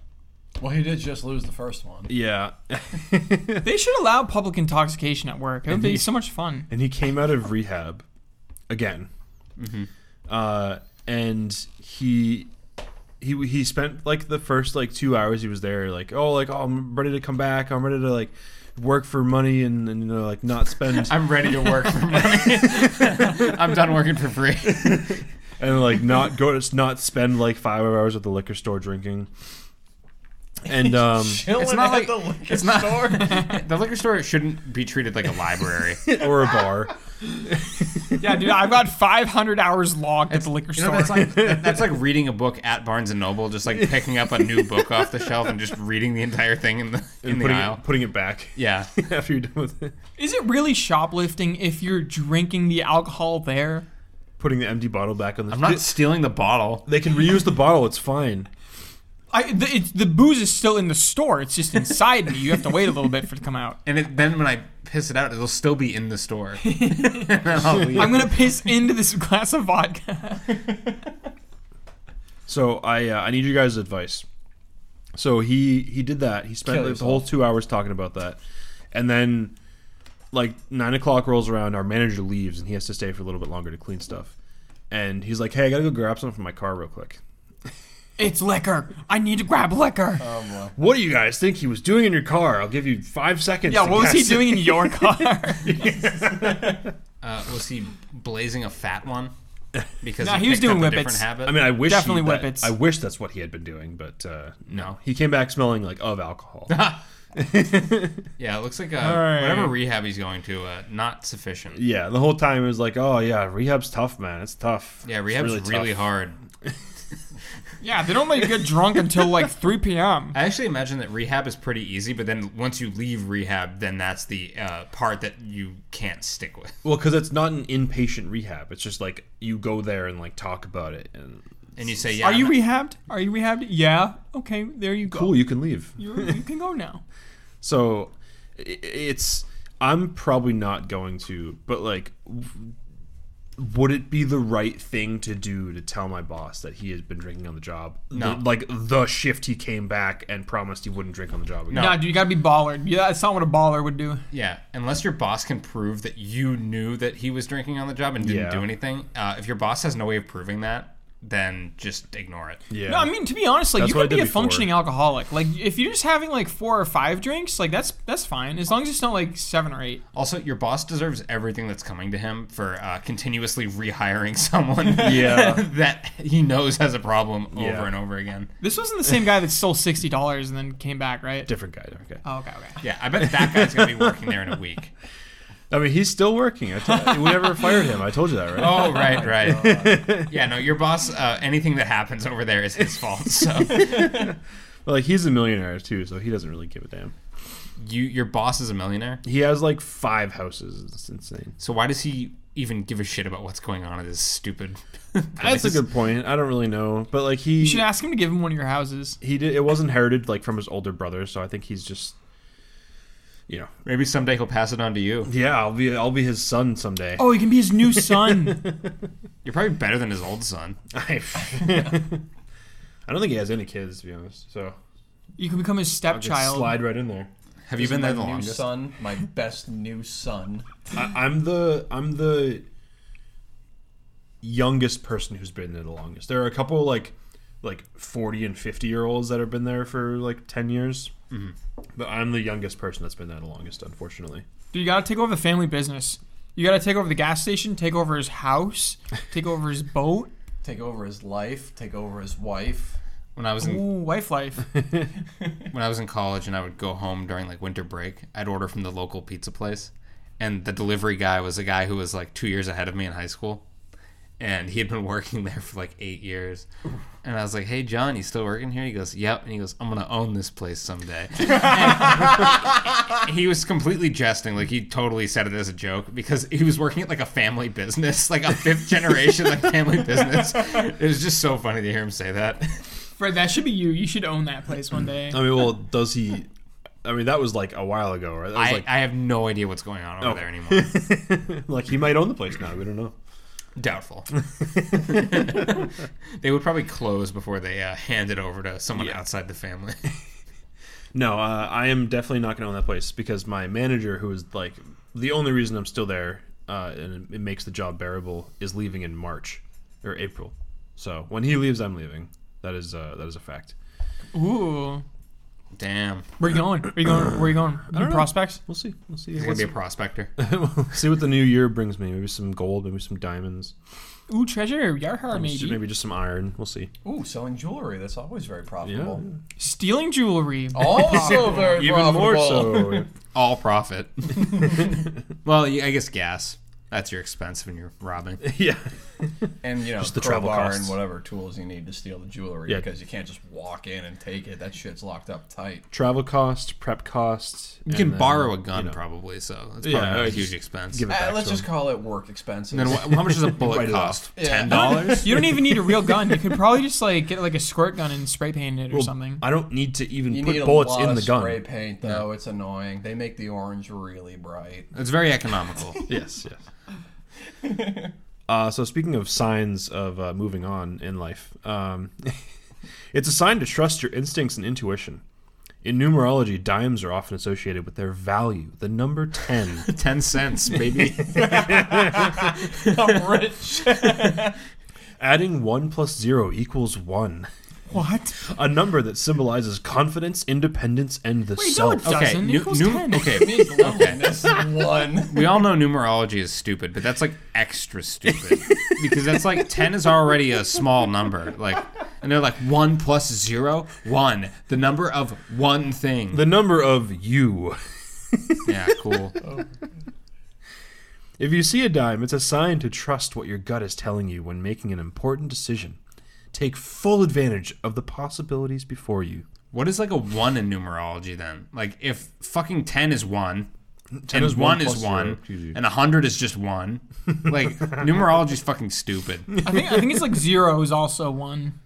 D: Well, he did just lose the first one.
A: yeah,
B: They should allow public intoxication at work. It would be so much fun.
A: and he came out of rehab again.
C: Mm-hmm.
A: Uh, and he he he spent like the first like two hours he was there like oh like oh I'm ready to come back I'm ready to like work for money and, and you know like not spend
C: I'm ready to work for money. I'm done working for free.
A: and like not go to not spend like five hours at the liquor store drinking. And um,
D: Chilling
C: It's not
D: at
C: like-
D: the liquor
C: it's not-
D: store.
C: The liquor store shouldn't be treated like a library.
A: or a bar.
B: Yeah, dude, I've got 500 hours logged at the liquor
C: You know,
B: store.
C: that's like that's like reading a book at Barnes and Noble, just like picking up a new book off the shelf and just reading the entire thing in the in the
A: putting,
C: aisle.
A: it, putting it back
C: Yeah,
A: after you're done with it.
B: Is it really shoplifting if you're drinking the alcohol there?
A: Putting the empty bottle back on the.
C: I'm not stealing the bottle.
A: they can reuse the bottle. It's fine.
B: I the, it, the booze is still in the store. It's just inside me. You have to wait a little bit for it to come out.
C: And it, then when I piss it out, it'll still be in the store. And then I'll leave.
B: I'm gonna piss into this glass of vodka.
A: So I uh, I need your guys' advice. So he he did that. He spent
D: Kill
A: like, the
D: yourself.
A: whole two hours talking about that, and then like nine o'clock rolls around. Our manager leaves, and he has to stay for a little bit longer to clean stuff. And he's like, "Hey, I gotta go grab something from my car real quick."
B: It's liquor. I need to grab liquor.
A: What do you guys think he was doing in your car? I'll give you five seconds.
B: yeah,
A: to
B: what was he
A: guess.
B: doing in your car?
C: Uh, was he blazing a fat one? Because
B: No, he was
C: picked up
B: doing
C: a
B: whippets.
C: different habit.
A: I mean, I wish he-
B: Definitely
A: that-
B: whippets.
A: I wish that's what he had been doing, but uh, no,
C: No.
A: he came back smelling like of alcohol.
C: yeah, it looks like uh,
B: right.
C: whatever rehab he's going to, uh, not sufficient.
A: yeah, the whole time it was like, "Oh yeah, rehab's tough, man. It's tough.
C: Yeah,
A: It's
C: rehab's really,
A: tough."
C: hard.
B: Yeah, they don't let you get drunk until like 3 p.m.
C: I actually imagine that rehab is pretty easy, but then once you leave rehab, then that's the uh, part that you can't stick with.
A: Well, because it's not an inpatient rehab. It's just like you go there and like talk about it, and
C: And you say, "Yeah,
B: Are you
C: I'm-
B: rehabbed? Are you rehabbed? Yeah. Okay, there you go.
A: cool, you can leave.
B: You, you can go now.
A: So i- it's I'm probably not going to, but like w- would it be the right thing to do to tell my boss that he has been drinking on the job?
C: No.
A: The- like the shift he came back and promised he wouldn't drink on the job again.
B: No, nah, dude, you gotta be baller. Yeah, that's not what a baller would do.
C: yeah." Unless your boss can prove that you knew that he was drinking on the job and didn't
A: Yeah.
C: do anything. Uh, if your boss has no way of proving that, then just ignore it.
A: Yeah.
B: No, I mean to be honest, like
A: That's
B: you
A: what I
B: could be
A: did
B: a
A: before.
B: functioning alcoholic. Like if you're just having like four or five drinks, like that's that's fine as long as it's not like seven or eight.
C: Also, your boss deserves everything that's coming to him for uh, continuously rehiring someone
A: Yeah.
C: that he knows has a problem over
A: Yeah.
C: and over again.
B: This wasn't the same guy that stole sixty dollars and then came back, right?
A: different guy. Okay.
B: oh, okay, okay.
C: Yeah, I bet that guy's gonna be working there in a week.
B: Oh.
A: I mean, he's still working. I t- we never fired him. I told you that, right?
C: Oh, right, right. yeah, no, your boss. Uh, anything that happens over there is his fault. So
A: But like he's a millionaire too, so he doesn't really give a damn.
C: you, your boss is a millionaire.
A: He has like five houses. It's insane.
C: So why does he even give a shit about what's going on at his stupid?
A: That's a
C: place?
A: good point. I don't really know, but like he
B: You should ask him to give him one of your houses.
A: he did it was inherited like from his older brother so i think he's just you know
C: Maybe someday he'll pass it on to you.
A: yeah i'll be i'll be his son someday
B: Oh, he can be his new son.
C: You're probably better than his old son.
A: i don't think he has any kids to be honest so
B: you can become his
A: I'll just
B: stepchild.
A: slide right in there
C: Have you been there the
D: my new
C: longest?
D: son, my best new son.
A: I, i'm the i'm the youngest person who's been there the longest there are a couple like like 40 and 50 year olds that have been there for like 10 years
B: Mm-hmm.
A: but i'm the youngest person that's been there the longest unfortunately
B: Dude, you gotta take over the family business. You gotta take over the gas station, take over his house, take over his boat.
D: Take over his life. Take over his wife.
C: When I was
B: Ooh,
C: in
B: wife life.
C: when I was in college and I would go home during like winter break, I'd order from the local pizza place. And the delivery guy was a guy who was like two years ahead of me in high school. And he had been working there for like eight years. And I was like, hey, John, you still working here? He goes, yep. And he goes, I'm going to own this place someday. And he was completely jesting. Like, he totally said it as a joke because he was working at like a family business, like a fifth generation like family business. It was just so funny to hear him say that.
B: Fred, that should be you. You should own that place one day.
A: i mean well does he i mean that was like a while ago right that was
C: I,
A: like
C: I have no idea what's going on over
A: Oh.
C: there anymore.
A: like he might own the place now. We don't know.
C: Doubtful. they would probably close before they uh, hand it over to someone outside the family.
A: No, uh, I am definitely not going to own that place because my manager, who is like the only reason I'm still there, uh, and it makes the job bearable, is leaving in March or April. So when he leaves, I'm leaving. That is uh, that is a fact.
B: Ooh.
C: Damn,
B: Where you going? Where you going? Where you going? New prospects?
A: We'll see. We'll see.
C: he's gonna be a prospector.
A: We'll see what the new year brings me. Maybe some gold. Maybe some diamonds.
B: Ooh, treasure. Yarhar,
A: Maybe,
B: maybe.
A: maybe just some iron. We'll see.
D: Ooh, selling jewelry. That's always very profitable.
B: Stealing jewelry.
D: Also very
A: Even
D: profitable.
A: more so.
C: All profit. well, you, I guess gas. That's your expense when you're robbing.
A: yeah.
D: And you know,
A: the
D: the
A: travel
D: crowbar
A: costs.
D: and whatever tools you need to steal the jewelry
A: Yeah.
D: because you can't just walk in and take it. That shit's locked up tight.
A: Travel cost, prep cost.
C: You can borrow a gun probably, so it's probably
A: Yeah,
C: not
A: I
C: a
A: just
C: huge expense.
A: give it
D: Uh,
A: back
D: let's
A: to
D: just
A: him.
D: call it work expenses.
C: And then wh- how much does a bullet
A: Write it
C: cost?
A: off.
D: Yeah.
C: Ten dollars.
B: You don't even need a real gun. You could probably just like get like a squirt gun and spray paint it or
A: Well,
B: something.
A: I don't need to even
D: you
A: put
D: need a
A: bullets
D: lot
A: in
D: of
A: the gun.
D: spray paint though. It's annoying. They make the orange really bright.
C: It's very economical.
A: yes, yes. uh, so speaking of signs of uh, moving on in life, um, it's a sign to trust your instincts and intuition. In numerology, dimes are often associated with their value, the number ten.
C: Ten cents, baby.
D: I'm rich.
A: Adding one plus zero equals one,
B: What?
A: a number that symbolizes confidence, independence, and the
B: Wait, no, it
A: self.
B: doesn't.
C: Okay,
B: it
C: nu-
B: equals
C: nu-
B: 10.
C: okay.
D: This one.
C: We all know numerology is stupid, but that's like extra stupid because that's like 10 is already a small number. Like, and they're like 1 plus 0, 1, the number of one thing.
A: the number of you.
C: yeah, cool.
A: If you see a dime, it's a sign to trust what your gut is telling you when making an important decision. Take full advantage of the possibilities before you.
C: What is like a one in numerology then? Like if fucking ten is one, and
A: is one
C: one, is
A: plus zero,
C: one,
A: it's easy.
C: and a hundred is just one. Like numerology is fucking stupid.
B: I think I think it's like zero is also one.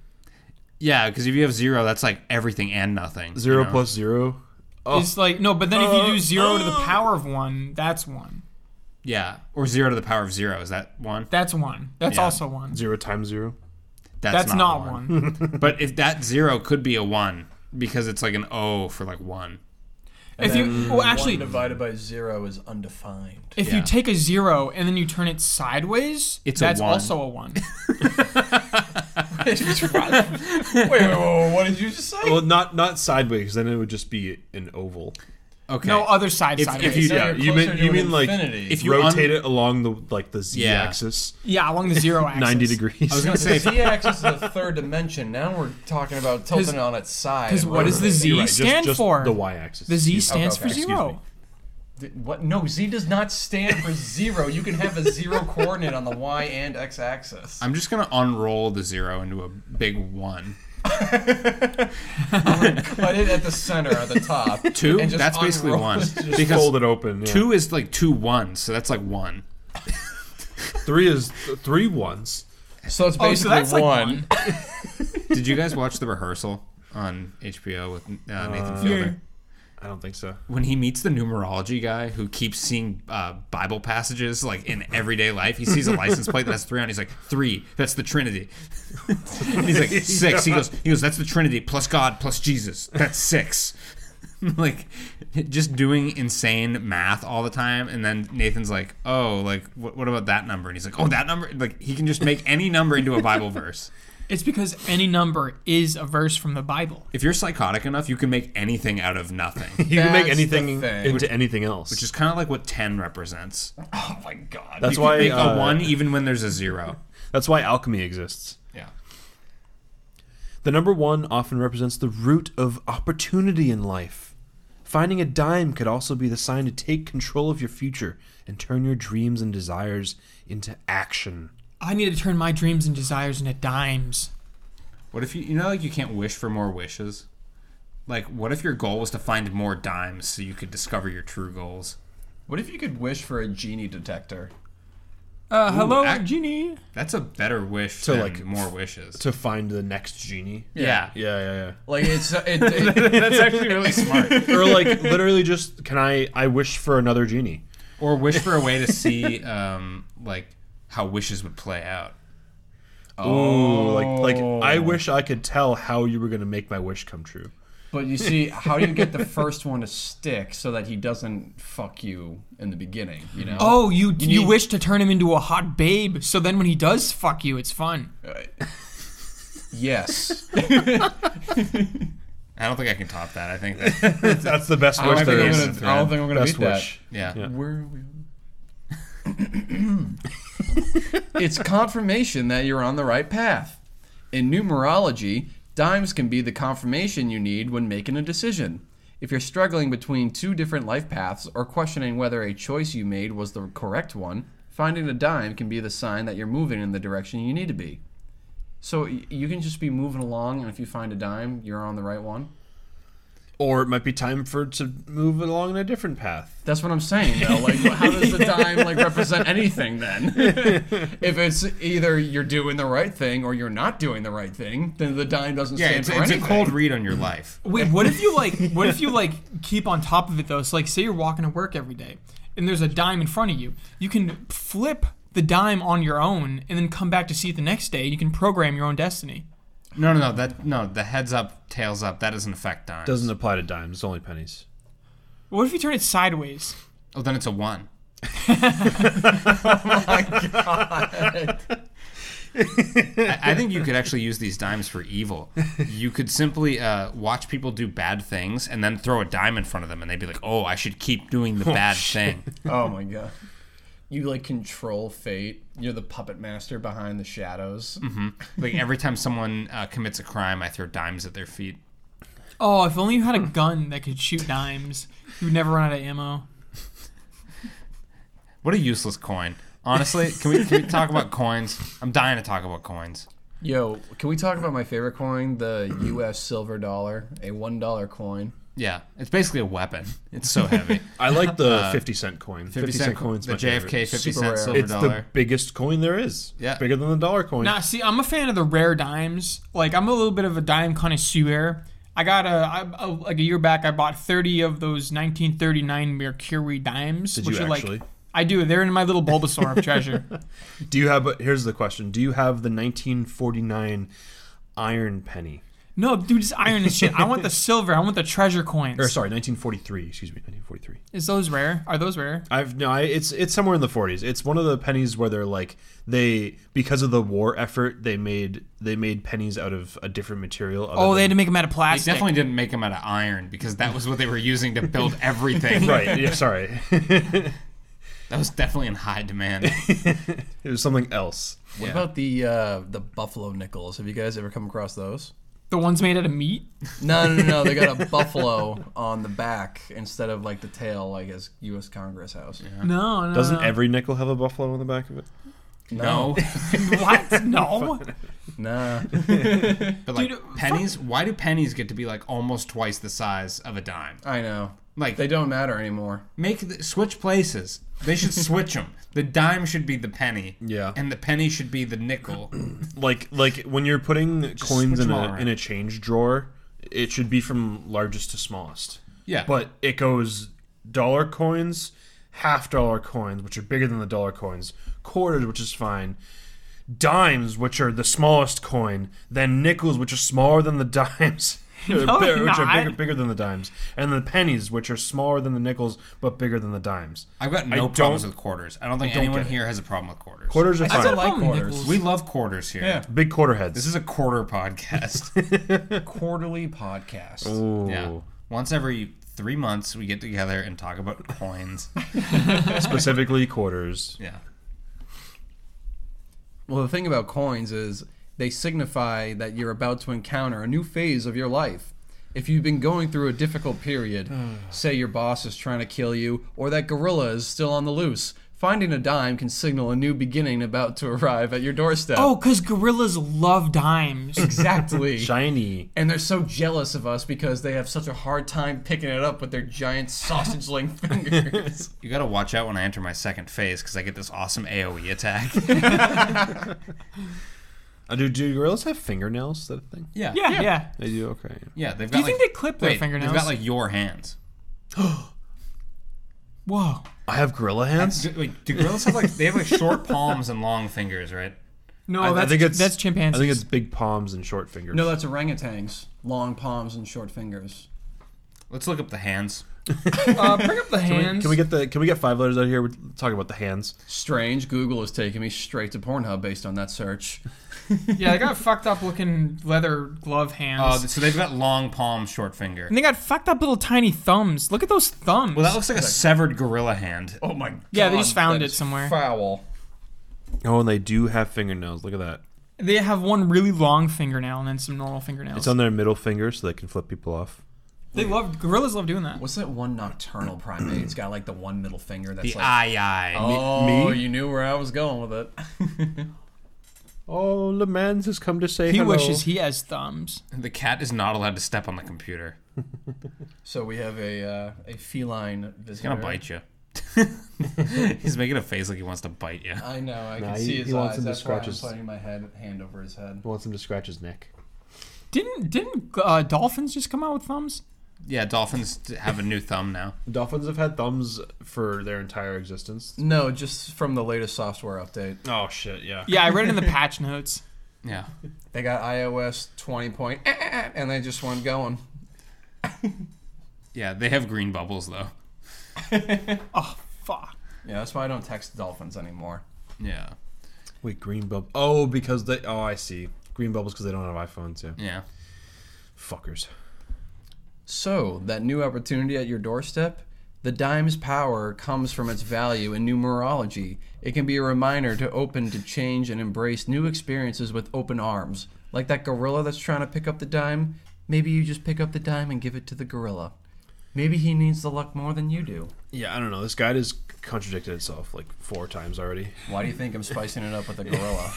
C: Yeah, because if you have zero, that's like everything and nothing.
A: Zero
C: you know?
A: plus zero.
B: It's like no, but then if you do zero to the power of one, that's one.
C: Yeah, or zero to the power of zero is that one?
B: That's one. That's
C: Yeah.
B: also one.
A: Zero times zero.
B: That's, not, one.
C: but if that zero could be a one because it's like an O for like one.
B: if you well, actually,
D: one divided by zero is undefined.
B: if
C: Yeah.
B: you take a zero and then you turn it sideways,
C: It's a
B: that's
C: one.
B: also a one.
D: wait, wait, wait, wait, what did you just say?
A: Well, not not sideways. Then it would just be an oval.
C: Okay.
B: No uh, other side
C: If- if
B: sideways.
C: you-
D: So
A: yeah,
D: you're
A: you mean-
D: closer
A: you
D: to
A: mean, like,
D: infinity.
C: if you
A: Rotate
C: un-
A: it along the like the z
C: Yeah.
A: axis,
B: yeah, along the zero axis.
A: ninety degrees.
C: I was gonna say
D: the z-axis is the third dimension. Now we're talking about tilting it on its side.
B: Because what does the
D: Rotating.
B: Z
A: You're right, just-
B: stand
A: just
B: for?
A: the y axis.
B: The Z stands
D: okay,
B: for
D: excuse
B: zero.
A: me.
D: Th- What? No, Z does not stand for zero. You can have a zero coordinate on the Y and X axis.
C: I'm just gonna unroll the zero into a big one.
D: Put it at the center, at the top.
C: Two?
D: and just
C: That's basically
D: unroll
C: one.
D: it.
A: Just
C: because
A: fold it open. yeah.
C: Two is like two ones, so that's like one.
A: three is th- three ones.
D: So it's basically
B: Oh, so that's like
D: one.
B: one.
C: Did you guys watch the rehearsal on HBO with uh, Nathan Fielder?
A: I don't think so.
C: When he meets the numerology guy who keeps seeing uh, Bible passages like in everyday life, he sees a license plate that has three on. it. He's like, three. That's the Trinity. and he's like, six. He goes, he goes, that's the Trinity plus God plus Jesus. That's six. like, just doing insane math all the time. And then Nathan's like, oh, like what, what about that number? And he's like, oh, that number. Like he can just make any number into a Bible verse.
B: It's because any number is a verse from the Bible.
C: If you're psychotic enough, you can make anything out of nothing.
A: You can make
D: That's the
A: anything
D: thing.
A: into anything else.
C: Which is kind of like what 10 represents.
D: Oh my god.
A: that's
C: You
A: why
C: can make
A: uh,
C: a 1 even when there's a 0.
A: That's why alchemy exists.
C: Yeah.
A: The number one often represents the root of opportunity in life. Finding a dime could also be the sign to take control of your future and turn your dreams and desires into action.
B: I need to turn my dreams and desires into dimes.
C: What if you you know like you can't wish for more wishes? Like what if your goal was to find more dimes so you could discover your true goals?
D: What if you could wish for a genie detector?
B: Uh, hello,
C: ac-
B: genie.
C: That's a better wish
A: To,
C: than
A: like,
C: more wishes.
A: To find the next genie.
C: yeah.
A: Yeah, yeah,
D: Like it's uh, it, it,
C: That's actually really smart.
A: yeah. or like literally just can I I wish for another genie.
C: Or wish for a way to see um like how wishes would play out.
A: Ooh, like like I wish I could tell how you were gonna make my wish come true.
D: But you see, how do you get the first one to stick so that he doesn't fuck you in the beginning? You know.
B: Oh, you you,
D: need-
B: wish to turn him into a hot babe, so then when he does fuck you, it's fun.
D: Yes.
C: I don't think I can top that. I think that
A: That's the best
D: I
A: wish
D: don't
A: there
D: think I'm
A: is.
D: gonna. I don't think I'm gonna
A: Best
D: beat that.
A: wish. Yeah.
D: Where it's confirmation that you're on the right path. In numerology, dimes can be the confirmation you need when making a decision. If you're struggling between two different life paths or questioning whether a choice you made was the correct one, finding a dime can be the sign that you're moving in the direction you need to be. So y- you can just be moving along, and if you find a dime, you're on the right one.
A: Or it might be time for it to move along in a different path.
D: That's what I'm saying though. Like, how does the dime like represent anything then? if it's either you're doing the right thing or you're not doing the right thing, then the dime doesn't
C: Yeah,
D: stand
C: it's,
D: for
C: it's a
D: anything.
C: cold read on your life.
B: Wait, what if you like? What if you like keep on top of it though? So like, say you're walking to work every day, and there's a dime in front of you. You can flip the dime on your own, and then come back to see it the next day. and You can program your own destiny.
C: No, no, no. That no. The heads up, tails up. That doesn't affect dimes.
A: Doesn't apply to dimes, it's only pennies.
B: What if you turn it sideways?
C: Oh, then it's a one.
D: Oh
C: I, I think you could actually use these dimes for evil. You could simply uh, watch people do bad things and then throw a dime in front of them, and they'd be like, "Oh, I should keep doing the bad thing."
D: Oh my god. You like control fate. You're the puppet master behind the shadows.
C: Mm-hmm. Like every time someone uh, commits a crime, I throw dimes at their feet.
B: Oh, if only you had a gun that could shoot dimes, you would never run out of ammo.
C: What a useless coin. Honestly, can we, can we talk about coins? I'm dying to talk about coins.
D: Yo, can we talk about my favorite coin, the U.S. silver dollar, a one dollar coin?
C: Yeah, it's basically a weapon. It's so heavy.
A: I like the fifty cent coin. Fifty, cent,
C: coin,
A: coin's
C: the
A: my
C: JFK
A: favorite.
C: fifty
D: Super
C: cent
D: rare.
C: silver
A: It's the
C: dollar.
A: biggest coin there is.
C: Yeah.
A: bigger than the dollar coin.
B: Nah, see, I'm a fan of the rare dimes. Like, I'm a little bit of a dime connoisseur. I got a, I, a like a year back. I bought 30 of those 1939 Mercury dimes.
A: Did
B: which
A: you
B: are
A: actually?
B: Like, I do. They're in my little Bulbasaur of treasure.
A: Do you have? Here's the question: Do you have the 1949 iron penny?
B: No, dude, it's iron and shit. I want the silver. I want the treasure
A: Or
B: coins.
A: sorry, 1943. Excuse me, 1943.
B: Is those rare? Are those rare?
A: I've no, I, it's it's somewhere in the 40s. It's one of the pennies where they're like they because of the war effort they made they made pennies out of a different material. other
B: Oh, they had to
A: than-
B: make them out of
C: They
B: plastic.
C: definitely didn't make them out of iron because that was what they were using to build everything.
A: right. Yeah, sorry,
C: That was definitely in high demand.
A: it was something else.
D: What
C: Yeah.
D: about the uh, the buffalo nickels? Have you guys ever come across those?
B: The ones made out of meat.
D: No, no, no, no. They got a buffalo on the back instead of like the tail, like as U.S. Congress House.
B: No, no.
A: Doesn't
B: no.
A: every nickel have a buffalo on the back of it?
C: No,
B: what? No.
D: Nah.
C: but like
B: Dude, fuck-
C: pennies. Why do pennies get to be like almost twice the size of a dime?
D: I know.
C: Like
D: They don't matter anymore.
C: make the, switch places. They should switch them. The dime should be the penny.
A: Yeah.
C: and the penny should be the nickel.
A: Like like when you're putting
C: switch
A: coins in
C: them
A: a
C: all around.
A: in a change drawer, it should be from largest to smallest.
C: Yeah.
A: But it goes dollar coins, half dollar coins, which are bigger than the dollar coins, quarters, which is fine, dimes, which are the smallest coin, then nickels, which are smaller than the dimes. or
B: No,
A: bi-
B: they're
A: which are
B: not.
A: bigger, bigger than the dimes, and then the pennies, which are smaller than the nickels but bigger than the dimes.
C: I've got
A: I
C: no
A: don't-
C: problems with quarters. I don't think
A: don't
C: anyone
A: get it.
C: here has a problem with quarters.
A: Quarters are
D: I still
A: fine.
D: like
B: problem,
D: quarters.
B: nickels.
C: We love quarters here.
D: Yeah.
A: Big quarter heads.
C: This is a quarter podcast.
D: Quarterly podcast.
C: Oh.
A: Ooh.
C: yeah. Once every three months, we get together and talk about coins.
A: specifically quarters.
C: Yeah.
D: Well, the thing about coins is they signify that you're about to encounter a new phase of your life. If you've been going through a difficult period, say your boss is trying to kill you, or that gorilla is still on the loose, finding a dime can signal a new beginning about to arrive at your doorstep.
B: Oh, because gorillas love dimes.
D: exactly.
A: Shiny.
D: and they're so jealous of us because they have such a hard time picking it up with their giant sausage length fingers.
C: You got to watch out when I enter my second phase because I get this awesome AoE attack.
A: Uh, do, do gorillas have fingernails? Is that a thing?
C: yeah.
B: Yeah, yeah.
A: They do. Okay.
C: Yeah. They've
B: Do
C: got
B: you
C: like,
B: think they clip their
C: wait,
B: fingernails?
C: They've got like your hands.
B: Whoa.
A: I have gorilla hands.
C: Do, wait, do gorillas have like they have like short palms and long fingers, right?
B: No,
A: I, I
B: Oh, that's,
A: think it's
B: that's chimpanzees.
A: I think it's big palms and short fingers.
D: no, that's orangutans, long palms and short fingers.
C: Let's look up the hands.
B: uh, bring up the hands.
A: can we get the can we get five letters out of here? We're talking about the hands.
D: Strange. Google is taking me straight to Pornhub based on that search.
B: yeah, they got fucked up looking leather glove hands.
C: Oh, so they've got long palm, short finger.
B: and they got fucked up little tiny thumbs. Look at those thumbs.
C: Well, that looks like a severed gorilla hand.
D: Oh my god.
B: Yeah, they just found
D: that
B: it
D: is
B: somewhere.
D: Foul.
A: Oh, and they do have fingernails. Look at that.
B: they have one really long fingernail and then some normal fingernails.
A: It's on their middle finger, so they can flip people off.
B: they love gorillas love doing that.
D: What's that one nocturnal primate? It's got like the one middle finger that's
C: The
D: like
C: eye eye.
D: Oh, you knew where I was going with it.
A: Oh, the man's has come to say
B: He
A: hello.
B: wishes he has thumbs.
C: The cat is not allowed to step on the computer.
D: So we have a uh, a feline
C: He's
D: visitor.
C: gonna bite you. He's making a face like he wants to bite you.
D: I know. I can
A: Nah, he-
D: see his
A: he wants
D: eyes.
A: him to
D: That's why
A: scratch
D: I'm
A: his-
D: putting my head hand over his head.
A: wants him to scratch his neck.
B: Didn't didn't uh, dolphins just come out with thumbs?
C: Yeah, dolphins t- have a new thumb now.
A: Dolphins have had thumbs for their entire existence.
D: No, just from the latest software update.
A: Oh shit! Yeah.
B: Yeah, I read it in the patch notes.
C: Yeah.
D: They got iOS 20 point, eh, eh, eh, and they just went going.
C: Yeah, they have green bubbles though.
B: Oh fuck.
D: Yeah, that's why I don't text dolphins anymore.
C: Yeah.
A: Wait, green bubble. Oh, because they. Oh, I see. Green bubbles because they don't have iPhones. Yeah.
C: Yeah.
A: Fuckers.
D: So, that new opportunity at your doorstep? The dime's power comes from its value in numerology. It can be a reminder to open to change and embrace new experiences with open arms. Like that gorilla that's trying to pick up the dime, maybe you just pick up the dime and give it to the gorilla. Maybe he needs the luck more than you do.
A: Yeah, I don't know. This guide has contradicted itself like four times already.
D: Why do you think I'm spicing it up with a gorilla?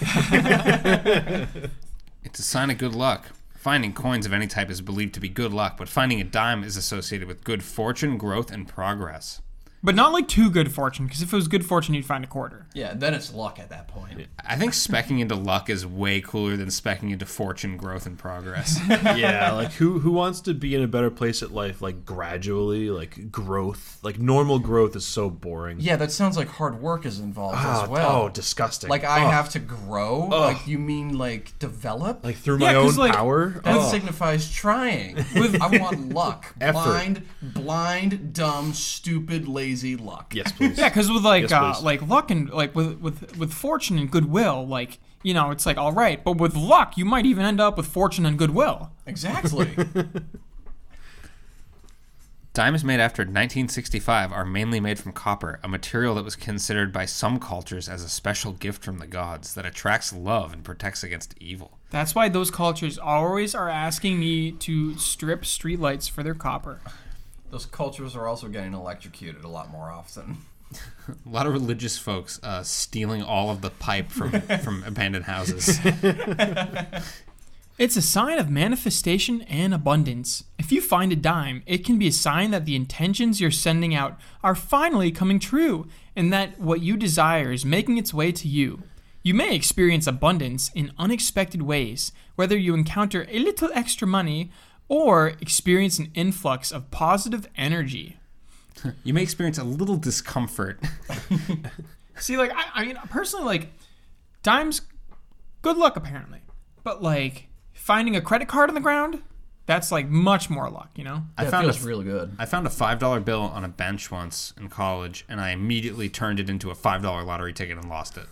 C: It's a sign of good luck. Finding coins of any type is believed to be good luck, but finding a dime is associated with good fortune, growth, and progress.
B: But not like too good fortune, because if it was good fortune, you'd find a quarter.
D: Yeah, then it's luck at that point.
C: I think specking into luck is way cooler than specking into fortune, growth, and progress.
A: yeah, like who who wants to be in a better place at life? Like gradually, like growth, like normal growth is so boring.
D: Yeah, that sounds like hard work is involved
A: Ah,
D: as well.
A: oh, disgusting.
D: like I
A: Oh,
D: have to grow. Like you mean like develop?
A: like through
B: Yeah,
A: my own
B: 'cause, like,
A: power.
D: that
A: Oh.
D: signifies trying. I want luck.
A: Effort.
D: Blind, blind, dumb, stupid, lazy luck.
A: Yes, please.
B: Yeah, because with like
A: Yes,
B: uh,
A: please.
B: like luck and like with with with fortune and goodwill, like you know, it's like all right, but with luck, you might even end up with fortune and goodwill.
D: Exactly.
C: Dimes made after 1965 are mainly made from copper, a material that was considered by some cultures as a special gift from the gods that attracts love and protects against evil.
B: That's why those cultures always are asking me to strip streetlights for their copper.
D: Those cultures are also getting electrocuted a lot more often.
C: A lot of religious folks uh, stealing all of the pipe from from abandoned houses.
B: It's a sign of manifestation and abundance. If you find a dime, it can be a sign that the intentions you're sending out are finally coming true and that what you desire is making its way to you. You may experience abundance in unexpected ways, whether you encounter a little extra money or experience an influx of positive energy.
C: You may experience a little discomfort.
B: See, like, I, I mean, personally, like, dimes, good luck apparently, but like, finding a credit card on the ground, that's like much more luck, you know?
C: I
D: That
C: found a
D: feels real good.
C: I found a five dollar bill on a bench once in college, and I immediately turned it into a five dollar lottery ticket and lost it.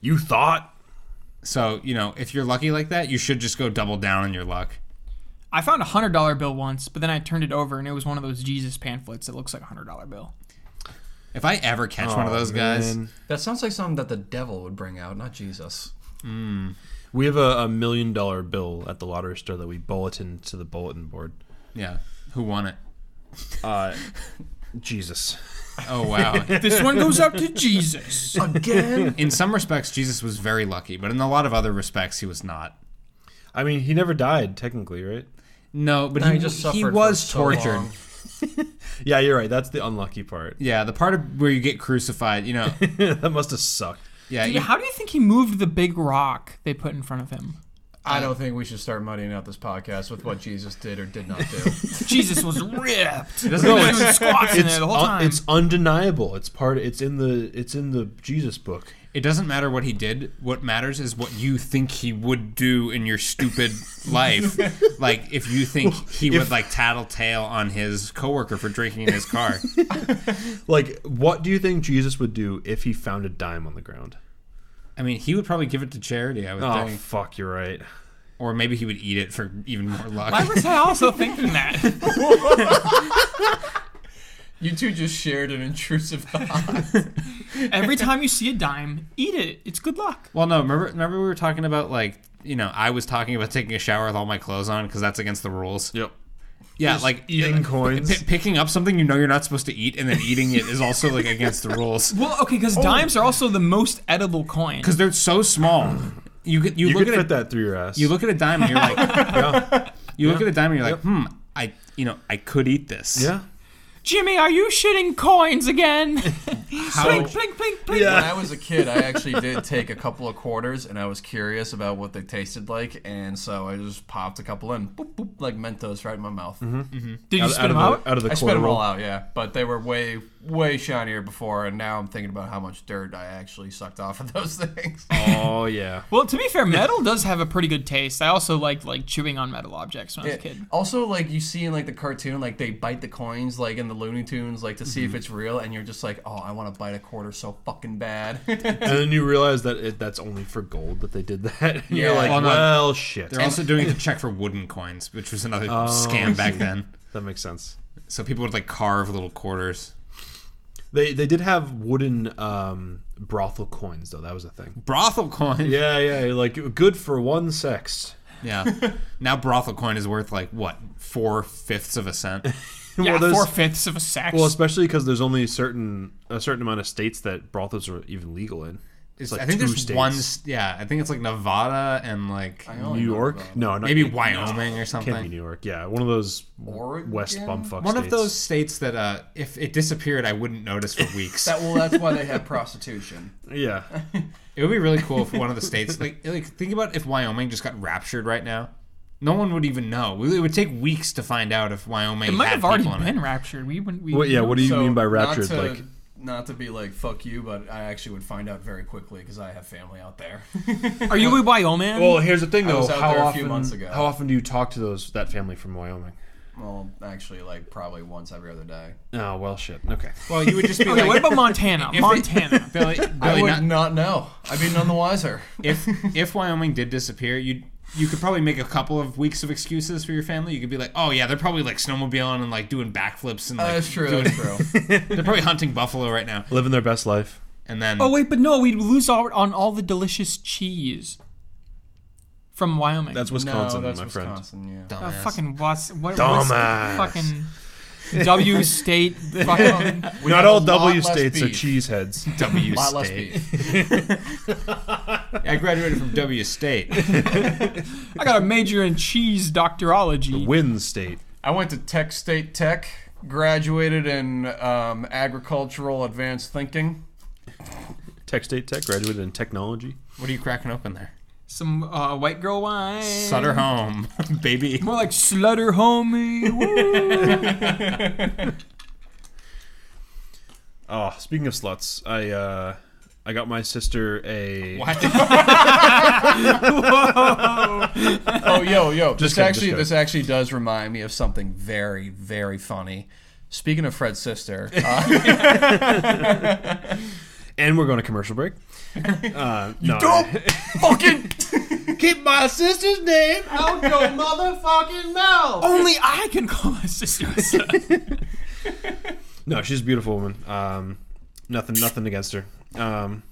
A: You thought
C: so you know, if you're lucky like that, you should just go double down on your luck.
B: I found a hundred dollar bill once, but then I turned it over and it was one of those Jesus pamphlets that looks like a hundred dollar bill.
C: If I ever catch one of
A: Oh,
C: those guys,
A: man.
D: That sounds like something that the devil would bring out, not Jesus.
A: We have a, a million dollar bill at the lottery store that we bulletin to the bulletin board.
C: yeah, who won it?
A: Uh, Jesus.
C: Oh wow!
B: This one goes out to Jesus.
D: Again?
C: in some respects, Jesus was very lucky, but in a lot of other respects, he was not.
A: I mean, he never died technically, right?
C: No, but
D: No,
C: he,
D: he just
C: he
D: suffered for
C: was
D: so
C: tortured.
D: long.
A: Yeah, you're right. That's the unlucky part.
C: Yeah, the part of where you get crucified, you know.
A: that must have sucked.
C: Yeah,
B: Dude,
C: you-
B: how do you think he moved the big rock they put in front of him?
D: I don't think we should start muddying out this podcast with what Jesus did or did not do.
B: Jesus was ripped.
C: doesn't
B: He was
C: make-
B: doing squats in there the whole
A: un-
B: time.
A: it's undeniable. It's part. It's in the. It's in the Jesus book.
C: It doesn't matter what he did. What matters is what you think he would do in your stupid life. Like if you think he would like tattle tale on his coworker for drinking in his car.
A: Like, what do you think Jesus would do if he found a dime on the ground?
C: I mean, he would probably give it to charity, I would
A: Oh
C: think.
A: fuck, you're right.
C: Or maybe he would eat it for even more luck.
B: Why was I also thinking that?
D: You two just shared an intrusive thought.
B: Every time you see a dime, eat it. It's good luck.
C: Well, no, remember remember we were talking about like, you know, I was talking about taking a shower with all my clothes on cuz that's against the rules.
A: Yep.
C: Yeah, like
A: eating
C: p-
A: coins.
C: p- picking up something you know you're not supposed to eat and then eating it is also like against the rules.
B: Well, okay, because dimes are also the most edible coin.
C: because they're so small. You could you,
A: You
C: look
A: could
C: at
A: fit
C: a,
A: that through your ass.
C: you look at a dime and you're like, you look at a dime and you're like, hmm, I you know I could eat this.
A: Yeah.
B: Jimmy, are you shitting coins again?
C: How,
B: plink, plink, plink, plink.
D: When I was a kid, I actually did take a couple of quarters, and I was curious about what they tasted like, and so I just popped a couple in, boop, boop, like Mentos right in my mouth.
B: Did you
A: Out,
B: spit
A: out
B: them
A: of
B: out?
A: the out of Mm-hmm. the
D: I spit
A: quarter
D: them all
A: roll.
D: out, yeah, but they were way, way shinier before, and now I'm thinking about how much dirt I actually sucked off of those things.
A: Oh yeah.
B: Well, to be fair, metal does have a pretty good taste. I also liked like chewing on metal objects when I was a kid.
D: Also, like you see in like the cartoon, like they bite the coins, like in the Looney Tunes, like to see
A: Mm-hmm.
D: if it's real, and you're just like, oh, I want to bite a quarter so fucking bad.
A: and then you realize that it, that's only for gold that they did that. And You're
D: Yeah.
A: like,
C: Well,
A: well,
C: no.
A: shit.
C: they're also doing it to check for wooden coins, which was another
A: Oh.
C: scam back then.
A: that makes sense.
C: So people would like carve little quarters.
A: They they did have wooden um, brothel coins though. That was a thing.
C: Brothel coin. Yeah.
A: Yeah, yeah. Like good for one sex.
C: now brothel coin is worth like what four fifths of a cent.
B: Yeah,
A: well, there's-
B: four fifths of a sack.
A: Well, especially because there's only certain a certain amount of states that brothels are even legal in.
C: It's,
A: like
C: I think
A: two
C: there's one.
A: states.
C: s- Yeah, I think it's like Nevada and like
D: I only
A: New
D: know
A: York?
D: about-
A: No, not
C: maybe
A: New-
C: Wyoming or something.
A: Can't be New York. Yeah, one of those
D: Oregon?
A: West bumfuck.
C: One of
A: states.
C: those states that uh, if it disappeared, I wouldn't notice for weeks.
D: That well, that's why they have prostitution.
A: Yeah,
C: it would be really cool if one of the states, like, like think about if Wyoming just got raptured right now. No one would even know. It would take weeks to find out if Wyoming
B: It might
C: had
B: have already
C: people in it.
B: been raptured. We wouldn't. We,
A: Well, yeah,
B: no.
A: what do you
D: So,
A: mean by
D: not
A: raptured?
D: to-
A: Like-
D: not to be like fuck you, but I actually would find out very quickly because I have family out there.
B: Are you a Wyoming?
A: Well, here's the thing,
D: I
A: though.
D: was out
A: how
D: there a
A: often?
D: few months ago.
A: How often do you talk to those that family from Wyoming?
D: well, actually, like probably once every other day.
A: Oh well, shit. Okay.
C: Well, you would just be
B: okay,
C: like,
B: what about Montana?
C: it-
B: Montana.
C: Billy,
D: I
C: Billy,
D: would
C: not-
D: not know. I'd be none the wiser.
C: if if Wyoming did disappear, you you could probably make a couple of weeks of excuses for your family. You could be like, oh yeah, they're probably like snowmobiling and like doing backflips and like
D: that's true.
C: doing-
D: That's true.
C: they're probably hunting buffalo right now.
A: Living their best life.
C: And then
B: oh wait, but no, we'd lose out on all the delicious cheese from Wyoming.
A: That's
D: no,
A: Wisconsin,
D: that's
A: my friend.
D: Wisconsin. Yeah.
B: Uh,
C: dumbass.
B: fucking what's what? What's
A: Dumbass.
B: fucking W state. Fucking,
D: We
A: Not
D: have
A: all
D: a lot
A: W
D: less
A: states are
D: beef.
A: cheeseheads.
C: W
D: A lot less
C: State.
D: beef.
C: I graduated from W State.
B: I got a major in cheese doctorology.
A: Win state.
D: I went to Tech State Tech, graduated in um, agricultural advanced thinking.
A: Tech State Tech graduated in technology.
C: What are you cracking open there?
B: Some uh, white girl wine.
C: Sutter home, baby.
B: More like slutter homie. Woo.
A: Oh, speaking of sluts, I uh, I got my sister a.
C: What?
D: Oh, yo, yo! this
A: kidding, just
D: actually,
A: kidding.
D: this actually does remind me of something very, very funny. Speaking of Fred's sister, uh,
A: And we're going to commercial break. Uh, you
D: fucking
A: keep my sister's name.
B: Out your motherfucking mouth. Only I can call my sister. a slut.
A: No, she's a beautiful woman. Um, nothing, nothing against her. Um,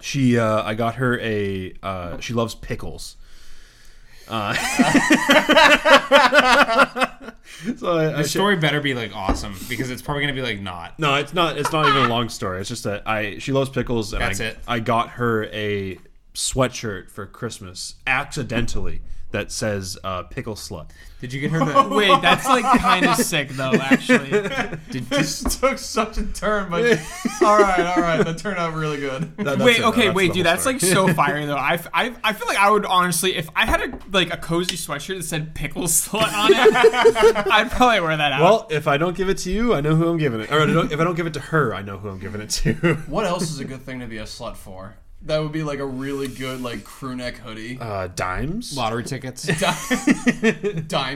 A: she, uh, I got her a. Uh, she loves pickles. Uh, so I, I
C: The story better be like awesome because it's probably gonna be like not.
A: No, it's not. It's not even a long story. It's just that I she loves pickles, and
C: That's
A: I
C: it.
A: I got her a sweatshirt for Christmas accidentally that says uh, pickle slut.
C: Did you get her to?
B: Wait, that's like kind of sick though, actually.
C: Did,
D: took such a turn, but all right, all right, that turned out really good.
A: That- that's
B: wait,
A: it.
B: okay,
A: That's the
B: wait,
A: whole
B: dude, that's
A: story.
B: like so fiery though. I, f- I, I feel like I would honestly, if I had a like a cozy sweatshirt that said pickle slut on it, I'd probably wear that out.
A: Well, if I don't give it to you, I know who I'm giving it. Or I don't- if I don't give it to her, I know who I'm giving it to.
D: What else is a good thing to be a slut for? That would be like a really good like crew neck hoodie,
A: Uh, dimes.
C: lottery tickets.
D: dime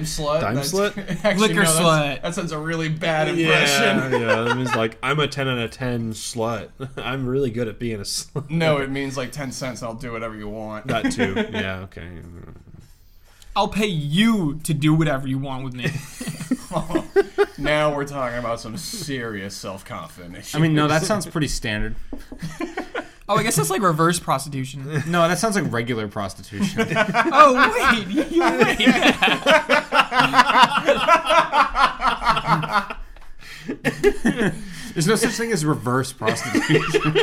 D: slut,
A: Dime
D: That's-
A: slut?
D: actually,
B: Liquor
D: no, that's-
B: slut.
D: That sounds a really bad impression.
A: Yeah, yeah. That means like I'm a ten out of ten slut. I'm really good at being a slut.
D: No, it means like ten cents. I'll do whatever you want.
A: That too. Yeah. Okay.
B: I'll pay you to do whatever you want with me.
D: now we're talking about some serious self confidence.
C: I mean, no, that sounds pretty standard.
B: Oh, I guess that's like reverse prostitution.
C: No, that sounds like regular prostitution.
B: Oh wait, you wait.
C: There's no such thing as reverse prostitution.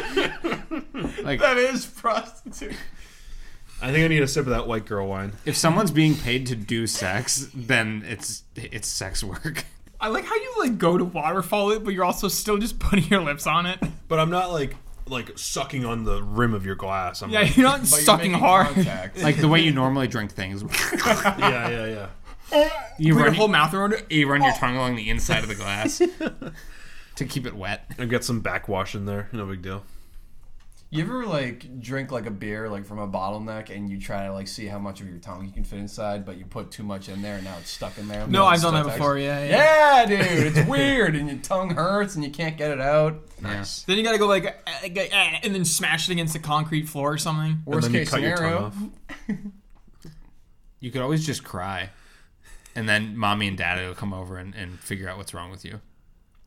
C: like
D: that is prostitution.
A: I think I need a sip of that white girl wine.
C: if someone's being paid to do sex, then it's it's sex work.
B: I like how you like go to waterfall it, but you're also still just putting your lips on it.
A: But I'm not like like sucking on the rim of your glass. I'm
B: Yeah,
A: like,
B: you're not
D: But you're
B: sucking
D: making
B: hard.
D: contact.
C: Like the way you normally drink things.
A: yeah, yeah, yeah.
C: You
B: Put your
C: run
B: whole Oh. mouth around it.
C: you run your tongue along the inside of the glass to keep it wet.
A: I've got some backwash in there. No big deal.
D: you ever like drink like a beer like from a bottleneck and you try to like see how much of your tongue you can fit inside, but you put too much in there and now it's stuck in there.
B: No,
D: Now
B: I've
D: it's
B: done that
D: stuck.
B: before. Yeah, yeah.
D: Yeah, dude, it's weird, and your tongue hurts, and you can't get it out.
C: Nice.
B: Then you gotta go like, eh, eh, eh, and then smash it against the concrete floor or something.
D: Worst
A: and then you
D: case
A: cut your tongue
D: scenario.
A: off.
C: You could always just cry. And then mommy and daddy will come over and, and figure out what's wrong with you.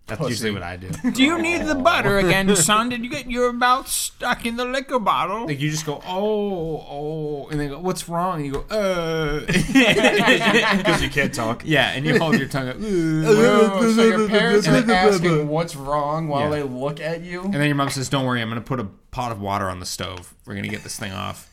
C: That's
D: Pussy.
C: usually what I do.
B: Do you need the butter again, son? Did you get your mouth stuck in the liquor bottle?
C: Like you just go, oh, oh, and they go, what's wrong? And you go, uh,
A: because you can't talk.
C: yeah, and you hold your tongue up,
D: Oh, so your parents are asking what's wrong while
C: Yeah.
D: they look at you.
C: and then your mom says, don't worry, I'm gonna put a pot of water on the stove. We're gonna get this thing off.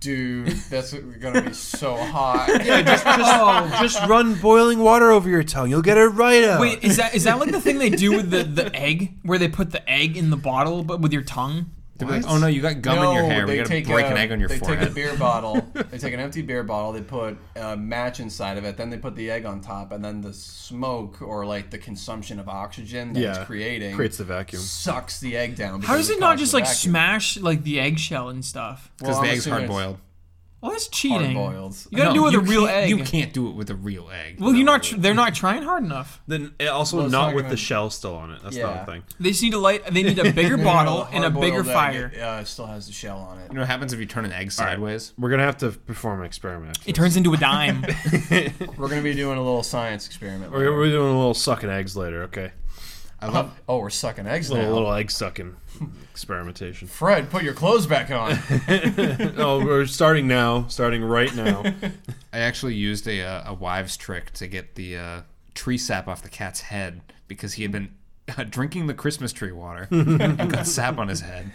D: Dude, that's gonna be so hot.
A: Yeah, just, Oh. just, just run boiling water over your tongue. You'll get it right out.
B: Wait, is that is that like the thing they do with the, the egg, where they put the egg in the bottle but with your tongue?
C: They'll be like, oh no, you got gum in your hair. We gotta break an egg on your
D: they
C: forehead.
D: take a beer bottle. They take an empty beer bottle. They put a match inside of it. Then they put the egg on top, and then the smoke or like the consumption of oxygen that it's
A: Yeah,
D: creating
A: creates the vacuum.
D: sucks the egg down.
B: How does it not just like smash like the eggshell and stuff?
C: Because the egg's hard boiled.
B: Well, that's cheating.
D: Hard-boiled.
B: You gotta
C: No,
B: do it with
C: you
B: a real
C: can't-
B: egg.
C: You can't do it with a real egg.
B: Well, you're not. Tr- they're not trying hard enough.
A: Then eh, also
D: it's
A: not
D: not
A: with
D: gonna-
A: the shell still on it. That's not
D: Yeah.
A: a thing.
B: They just need a light. They need a bigger bottle and a bigger fire.
D: It, uh, still has the shell on it.
C: You know what happens if you turn an egg sideways?
A: We're gonna have to perform an experiment. After
B: It turns into a dime.
D: We're gonna be doing a little science experiment.
A: we're,
D: later.
A: we're doing a little sucking eggs later. Okay,
C: I love
D: oh, we're sucking eggs
A: a little,
D: now.
A: little egg sucking experimentation.
D: Fred, put your clothes back on.
A: no, Oh, we're starting now. Starting right now.
C: I actually used a uh, a wives trick to get the uh, tree sap off the cat's head because he had been uh, drinking the Christmas tree water and got sap on his head.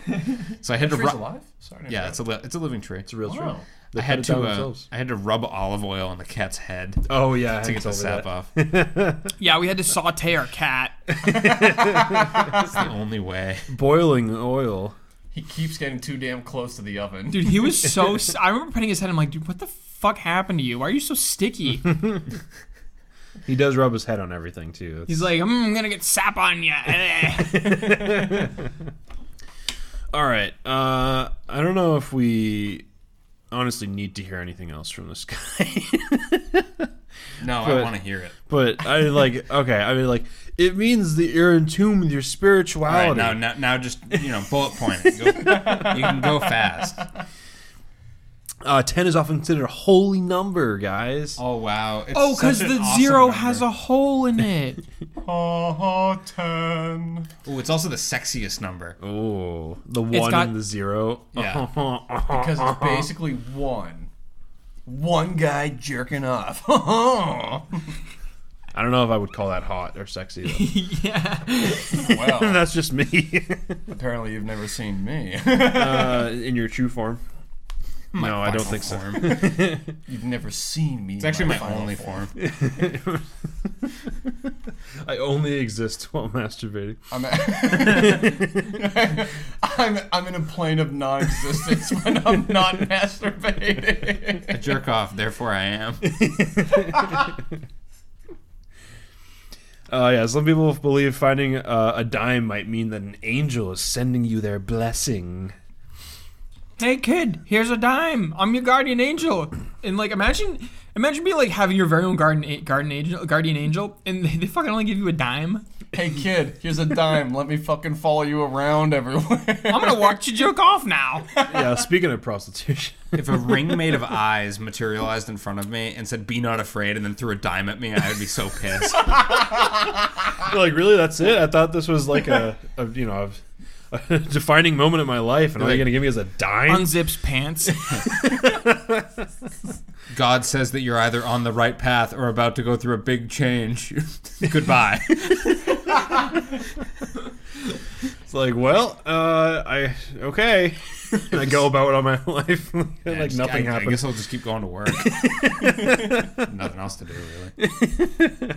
C: So I had to
D: Tree's
C: rub.
D: alive? Sorry. to
C: Yeah,
D: interrupt.
C: it's a li- it's a living tree.
A: It's a real
D: Wow.
A: tree. They
C: I had
A: cut it down
C: to uh,
A: themselves.
C: I had to rub olive oil on the cat's head
A: Oh yeah, I
C: to get the sap
A: off.
C: off. It's
B: yeah, we had to saute our cat.
C: the only way.
A: Boiling oil.
D: He keeps getting too damn close to the oven.
B: Dude, he was so. s- I remember putting his head. I'm like, dude, what the fuck happened to you? Why are you so sticky?
A: He does rub his head on everything too.
B: He's like, mm, I'm gonna get sap on you.
A: All right. Uh, I don't know if we honestly need to hear anything else from this guy,
C: No, I
A: But-
C: want to hear it.
A: but I like. Okay, I mean, like it means that you're in tune with your
C: All right,
A: spirituality.
C: now, now now just you know bullet point. it. Go, you can go fast.
A: uh, Ten is often considered a holy number, guys.
C: Oh wow! It's
B: oh, because
C: such
B: the
C: an awesome
B: zero
C: number. Uh-huh.
B: has a hole in it.
D: Ha ha ten.
C: Oh, it's also the sexiest number.
A: Oh, the one
B: got-
A: and the zero. Oh,
C: Yeah.
D: Because it's
C: Uh-huh.
D: basically one. One guy jerking off.
A: I don't know if I would call that hot or sexy. Though.
B: yeah.
D: well,
A: That's just me
D: apparently you've never seen me.
A: uh, in your true form.
C: My
A: No, I don't
C: final
A: think so.
C: form.
D: you've never seen me.
C: It's actually my, only form.
A: I only exist while masturbating.
D: I'm, I'm, I'm in a plane of non-existence when I'm not masturbating.
C: I jerk off, therefore I am.
A: Uh, yeah, some people believe finding uh, a dime might mean that an angel is sending you their blessing.
B: Hey kid, here's a dime. I'm your guardian angel. And like, imagine, imagine being like having your very own garden, a- garden angel, guardian angel, and they, they fucking only give you a dime.
D: hey kid, here's a dime. Let me fucking follow you around everywhere.
B: I'm gonna watch you jerk off now.
A: yeah, speaking of prostitution,
C: If a ring made of eyes materialized in front of me and said, be not afraid, and then threw a dime at me, I would be so pissed.
A: like really, that's it. I thought this was like a, a you know, a, a defining moment in my life, and all you're gonna give me is a dime.
B: Unzips pants.
C: God says that you're either on the right path or about to go through a big change. Goodbye.
A: It's like, well, uh, I okay. And I go about on my life like
C: Just-
A: nothing
C: I, I
A: happened.
C: guess I'll just keep going to work. Nothing else to do, really.
A: Uh,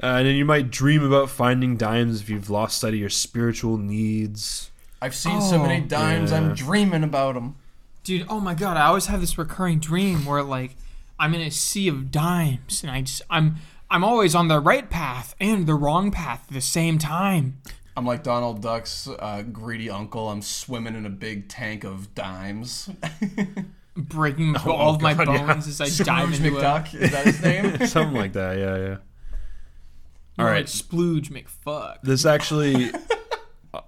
A: and then you might dream about finding dimes if you've lost sight of your spiritual needs.
D: I've seen so many
B: Oh,
D: dimes.
A: yeah.
D: I'm dreaming about them.
B: Dude, oh my god, I always have this recurring dream where like I'm in a sea of dimes and I just I'm I'm always on the right path and the wrong path at the same time.
D: I'm like Donald Duck's uh, greedy uncle. I'm swimming in a big tank of dimes.
B: Breaking all of my
A: God, yeah.
B: bones as I dive
D: Scrooge
B: into a
D: McDuck, is that his name?
A: Something like that. Yeah, yeah.
B: All
A: right.
B: right, splooge McFuck.
A: this actually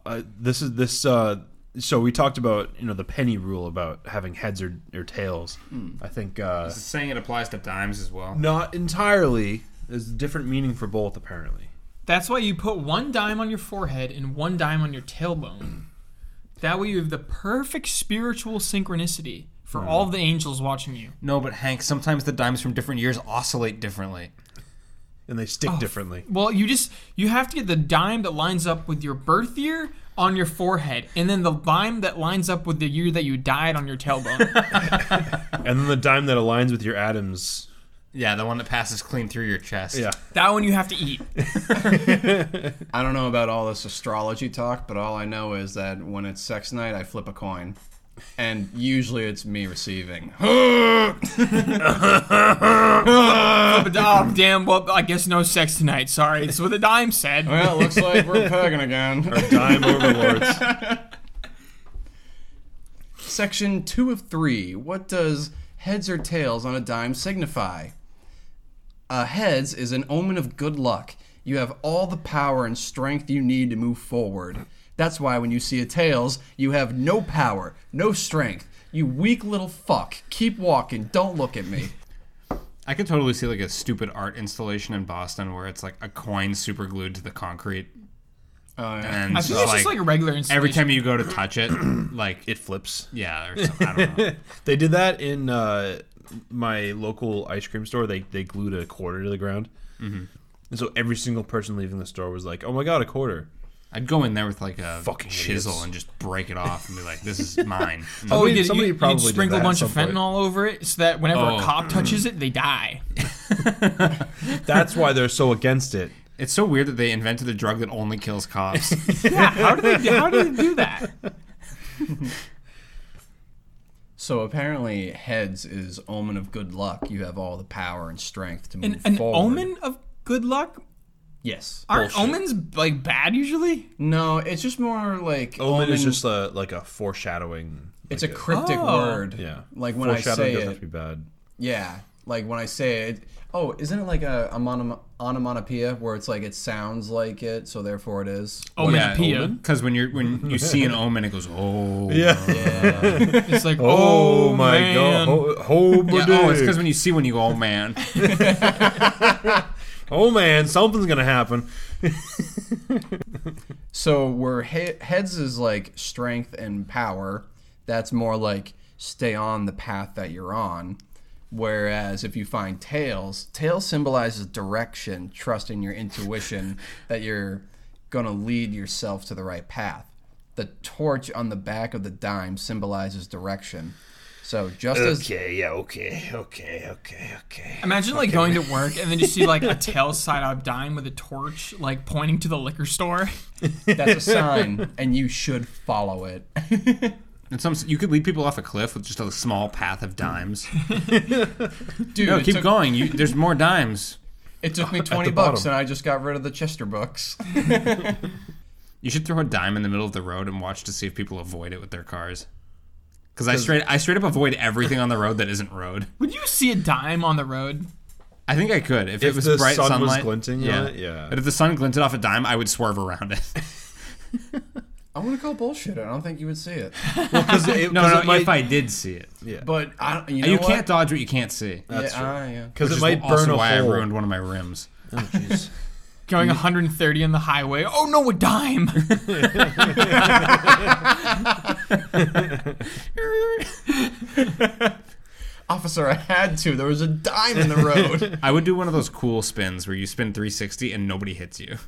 A: uh, this is this uh so we talked about you know the penny rule about having heads or, or tails i think uh
C: Saying it applies to dimes as well.
A: not entirely There's a different meaning for both, apparently.
B: That's why you put one dime on your forehead and one dime on your tailbone. that way you have the perfect spiritual synchronicity for all the angels watching you.
C: No, but Hank, sometimes the dimes from different years oscillate differently.
A: And they stick differently.
B: Well, you just you have to get the dime that lines up with your birth year on your forehead, and then the dime that lines up with the year that you died on your tailbone.
A: And then the dime that aligns with your atoms.
C: Yeah, the one that passes clean through your chest.
A: Yeah.
B: that one you have to eat.
D: I don't know about all this astrology talk, but all I know is that when it's sex night, I flip a coin. And usually it's me receiving.
B: But, oh, damn. Well, I guess no sex tonight. Sorry. That's what the dime said.
D: well, it looks like we're pegging again.
A: Dime overlords.
D: Section two of three. What does heads or tails on a dime signify? Uh, heads is an omen of good luck. You have all the power and strength you need to move forward. That's why when you see a tails, you have no power, no strength. You weak little fuck. Keep walking. Don't look at me.
C: I could totally see like a stupid art installation in Boston where it's like a coin super glued to the concrete.
D: Oh, yeah.
C: And
B: I think it's just like a regular installation.
C: every time you go to touch it, like
A: It flips.
C: yeah, or something. I don't know.
A: They did that in uh, my local ice cream store. They they glued a quarter to the ground, and so every single person leaving the store was like, "Oh my god, a quarter!"
C: I'd go in there with like a
A: Fucking
C: chisel
A: idiots.
C: and just break it off and be like, "This is mine." Mm.
B: Oh,
A: Somebody-
B: you, you,
A: somebody
B: you
A: probably did
B: sprinkle a
A: that at
B: bunch of
A: some point.
B: fentanyl over it so that whenever
C: Oh.
B: a cop touches it, they die.
A: That's why they're so against it.
C: It's so weird that they invented a drug that only kills cops.
B: Yeah, how do they how do they do that?
D: So apparently, heads is omen of good luck. You have all the power and strength to move
B: An, an
D: forward.
B: omen of good luck?
D: Yes.
B: Aren't omens like bad usually?
D: No, it's just more like
A: Omen, is just a, like a foreshadowing.
D: It's a
A: like
D: cryptic
B: Oh.
D: word.
A: yeah.
D: Like when I
A: foreshadowing
D: say
A: doesn't have
D: it.
A: to be bad.
D: Yeah. Like when I say it. Oh, isn't it like a, a monom- onomatopoeia where it's like it sounds like it, so therefore it is.
B: Oh, Onomatopoeia.
C: Because when you're when you see an omen, it goes, "Oh,
A: Yeah.
B: It's like
A: Oh, my
B: man.
A: god. Oh, oh, my
C: Yeah, oh, it's
A: dick.
C: because when you see one, you go, "Oh man."
A: oh man, something's gonna happen.
D: So where he- heads is like strength and power, that's more like stay on the path that you're on. Whereas if you find tails, tail symbolizes direction, trust in your intuition that you're gonna lead yourself to the right path. The torch on the back of the dime symbolizes direction. So just as
A: yeah, okay, okay, okay, okay.
B: Imagine like going to work and then you see like a tail side up dime with a torch like pointing to the liquor store.
D: that's a sign and you should follow it.
C: And some you could lead people off a cliff with just a small path of dimes.
D: Dude,
C: No,
D: it,
C: keep
D: took,
C: going. You, there's more dimes.
D: it took me 20
A: the
D: bucks
A: bottom.
D: and I just got rid of the Chester books.
C: You should throw a dime in the middle of the road and watch to see if people avoid it with their cars. Because I straight I straight up avoid everything on the road that isn't road.
B: Would you see a dime on the road?
C: I think I could if, it
A: If
C: was
A: the
C: bright
A: sun was
C: sunlight.
A: glinting on it, yeah.
C: But if the sun glinted off a dime, I would swerve around it.
D: I'm gonna call bullshit. I don't think you would see it.
A: Because it,
C: no,
A: 'cause
C: no.
A: it might,
C: if I did see it,
D: But I, you know
C: you
D: what?
C: can't dodge what you can't see.
A: That's
D: yeah,
A: true.
D: ah, yeah.
A: because
C: Which
A: Uh, it
C: is
A: might
C: also
A: burn a
C: why
A: hole.
C: I ruined one of my rims.
A: Oh, jeez.
C: Mm.
B: Going 130 on the highway. Oh no, a dime.
D: Officer, I had to. There was a dime in the road.
C: I would do one of those cool spins where you spin 360 and nobody hits you.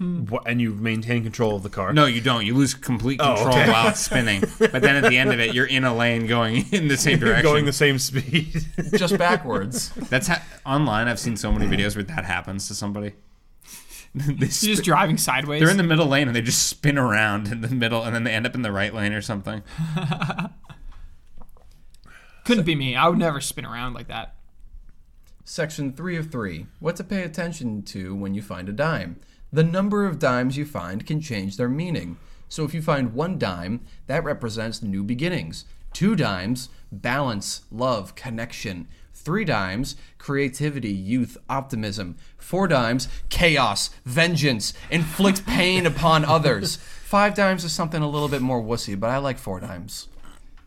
A: Wha- and you maintain control of the car.
C: No, you don't. You lose complete
A: Oh,
C: control
A: okay.
C: while it's spinning. But then at the end of it, you're in a lane going in the same
A: You're
C: direction.
A: going the same speed.
D: Just backwards.
C: That's ha- online. I've seen so many videos where that happens to somebody. they
B: You're just
C: sp-
B: driving sideways.
C: they're in the middle lane and they just spin around in the middle and then they end up in the right lane or something.
B: Couldn't be me. I would never spin around like that.
D: Section 3 of 3. What to pay attention to when you find a dime. The number of dimes you find can change their meaning. So if you find one dime, that represents new beginnings. Two dimes, balance, love, connection. Three dimes, creativity, youth, optimism. Four dimes, chaos, vengeance, inflict pain upon others. Five dimes is something a little bit more wussy, but I like four dimes.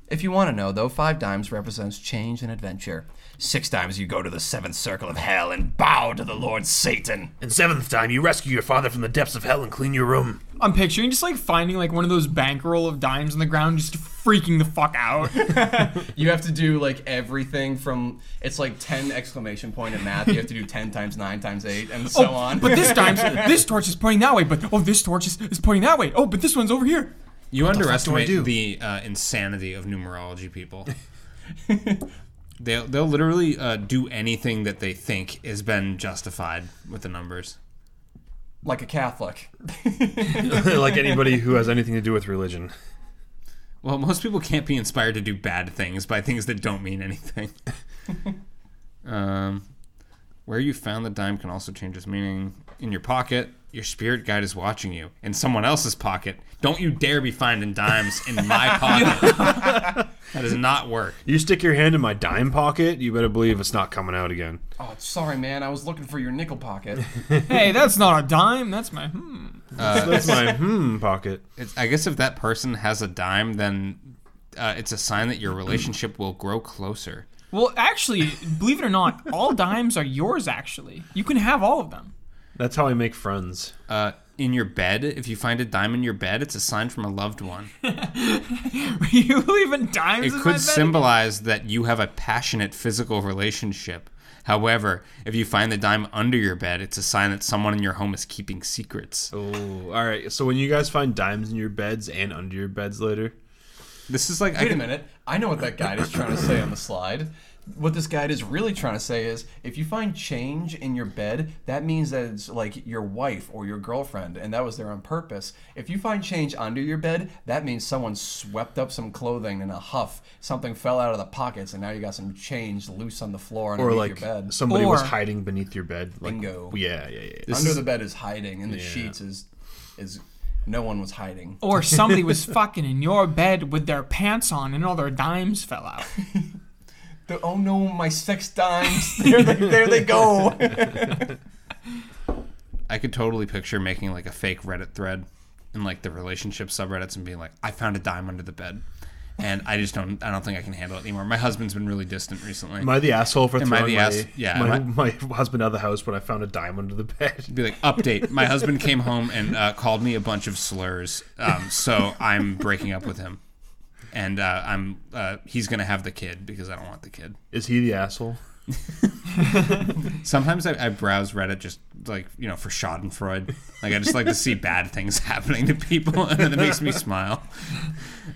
D: If you want to know, though, five dimes represents change and adventure. Six dimes you go to the seventh circle of hell and bow to the Lord Satan.
E: And seventh time, you rescue your father from the depths of hell and clean your room.
B: I'm picturing just like finding like one of those bankroll of dimes on the ground, just freaking the fuck out.
D: You have to do like everything from it's like ten exclamation point in math. You have to do ten times nine times eight and so on.
B: Oh, but this dime's this torch is pointing that way, but oh, this torch is, is pointing that way. Oh, but this one's over here.
C: You underestimate
A: do?
C: the uh, insanity of numerology people. they'll, they'll literally uh, do anything that they think has been justified with the numbers.
D: like a Catholic.
A: like anybody who has anything to do with religion.
C: Well, most people can't be inspired to do bad things by things that don't mean anything. um, where you found the dime can also change its meaning. In your pocket, your spirit guide is watching you. In someone else's pocket, don't you dare be finding dimes in my pocket. that does not work.
A: You stick your hand in my dime pocket, you better believe it's not coming out again.
D: Oh, sorry, man. I was looking for your nickel pocket.
B: Hey, that's not a dime. That's my hmm.
A: That's my hmm pocket.
C: It's, I guess if that person has a dime, then uh, it's a sign that your relationship will grow closer.
B: Well, actually, believe it or not, all dimes are yours. Actually, you can have all of them.
A: That's how I make friends.
C: Uh, in your bed, if you find a dime in your bed, it's a sign from a loved one.
B: Are you leaving dimes?
C: It
B: in my
C: could
B: bed?
C: symbolize that you have a passionate physical relationship. However, if you find the dime under your bed, it's a sign that someone in your home is keeping secrets.
A: Oh, all right. So when you guys find dimes in your beds and under your beds later,
C: This is like I
D: Wait a
C: can-
D: minute. I know what that guide is trying to say on the slide. What this guide is really trying to say is if you find change in your bed, that means that it's like your wife or your girlfriend, and that was there on purpose. If you find change under your bed, that means someone swept up some clothing in a huff. Something fell out of the pockets, and now you got some change loose on the floor
A: or
D: underneath
A: like
D: your bed.
A: somebody was
B: Or-
A: hiding beneath your bed. Like,
D: Bingo.
A: Yeah, yeah, yeah.
C: This
D: under
C: is-
D: the bed is hiding, and the sheets is is no one was hiding. Oh,
B: Or somebody was fucking in your bed with their pants on, and all their dimes fell out.
D: The, oh no, my sex dimes! there, they, there they go.
C: I could totally picture making like a fake Reddit thread in like the relationship subreddits and being like, I found a dime under the bed, and I just don't, I don't think I can handle it anymore. My husband's been really distant recently.
A: Am I the asshole for
C: I
A: throwing
C: the
A: my,
C: ass- yeah,
A: my, my husband out of the house when I found a dime under the bed?
C: be like update my husband came home and uh, called me a bunch of slurs um, so i'm breaking up with him and uh, i'm uh, he's gonna have the kid because i don't want the kid
A: Is he the asshole?
C: sometimes I, I browse reddit just like you know for schadenfreude like i just like to see bad things happening to people and it makes me smile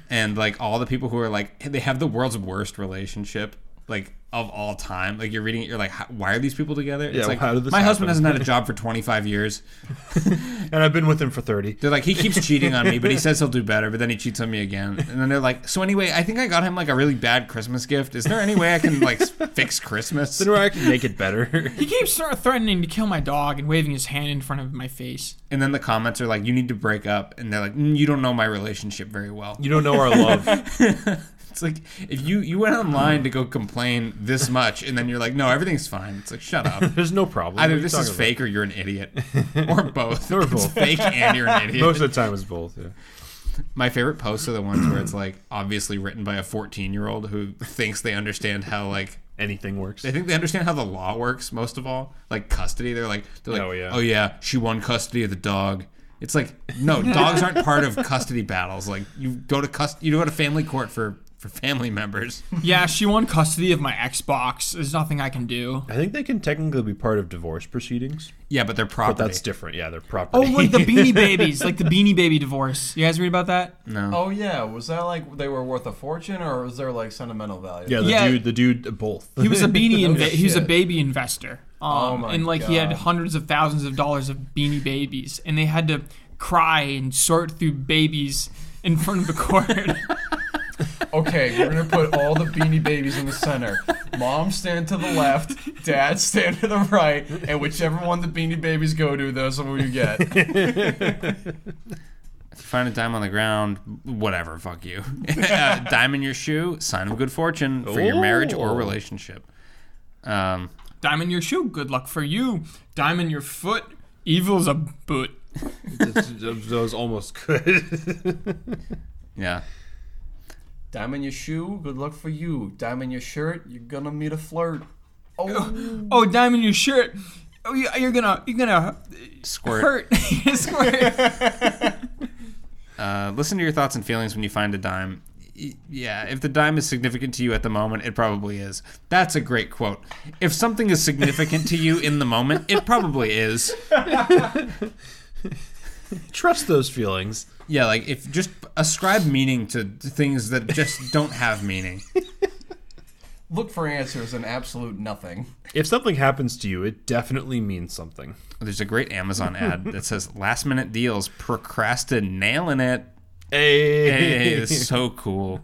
C: and like all the people who are like they have the world's worst relationship like of all time like you're reading it you're like "How- why are these people together it's
A: Yeah,
C: like
A: how did this
C: my husband
A: happen?"
C: hasn't had a job for 25 years
A: And I've been with him for thirty.
C: They're like, he keeps cheating on me, but he says he'll do better, but then he cheats on me again. And then they're like, so anyway, I think I got him like a really bad Christmas gift. Is there any way I can like fix Christmas?
A: Then where I can make it better.
B: He keeps sort of threatening to kill my dog and waving his hand in front of my face.
C: And then the comments are like, you need to break up. And they're like, mm, you don't know my relationship very well.
A: you don't know our love.
C: It's like, if you, you went online to go complain this much, and then you're like, no, everything's fine. It's like, shut up.
A: There's no problem. What are
C: Either
A: you
C: this is
A: talking about?
C: fake or you're an idiot. Or both.
A: Or
C: It's
A: both.
C: fake and you're an idiot.
A: Most of the time, it's both. Yeah.
C: My favorite posts are the ones where it's like obviously written by a 14 year old who thinks they understand how like
A: Anything works.
C: I think they understand how the law works most of all, like custody. They're like, they're like,
A: Oh, yeah.
C: oh yeah, she won custody of the dog. It's like, no, dogs aren't part of custody battles. Like you go to cust- you go to family court for for family members.
B: Yeah, she won custody of my Xbox. There's nothing I can do.
A: I think they can technically be part of divorce proceedings,
C: Yeah, but they're property.
A: but that's different. Yeah, they're
B: Oh,
A: property.
B: like the Beanie Babies, like the Beanie Baby divorce. You guys read about that?
D: Oh yeah, was that like they were worth a fortune, or was there like sentimental value?
A: yeah, the
B: yeah.
A: dude, the dude, uh, both.
B: He was a beanie.
D: Oh,
B: Inv- he was a
D: shit.
B: baby investor. Um,
D: Oh, my
B: and like he had
D: God.
B: hundreds of thousands of dollars of Beanie Babies, and they had to cry and sort through babies in front of the court.
D: Okay, we're gonna put all the beanie babies in the center. Mom stand to the left, dad stand to the right, and whichever one the beanie babies go to, those are what you get.
C: If you find a dime on the ground, whatever, fuck you. uh, dime in your shoe, sign of good fortune for your marriage or
A: Ooh.
C: relationship. Um,
B: Dime in your shoe, good luck for you. Dime in your foot, evil's a boot.
A: that was almost good.
C: yeah.
D: Diamond your shoe, good luck for you. Diamond your shirt, you're gonna meet a flirt. Oh,
B: Oh, diamond your shirt. Oh, you- you're gonna you're gonna
C: Squirt.
B: hurt. Squirt.
C: Uh, listen to your thoughts and feelings when you find a dime. Y- Yeah, if the dime is significant to you at the moment, it probably is. That's a great quote. If something is significant to you in the moment, it probably is.
A: Trust those feelings.
C: Yeah, like if just ascribe meaning to things that just don't have meaning.
D: look for answers in absolute nothing.
A: If something happens to you, it definitely means something.
C: There's a great Amazon ad that says last minute deals, procrastinate nailing it.
A: Hey,
C: Hey, this is so cool.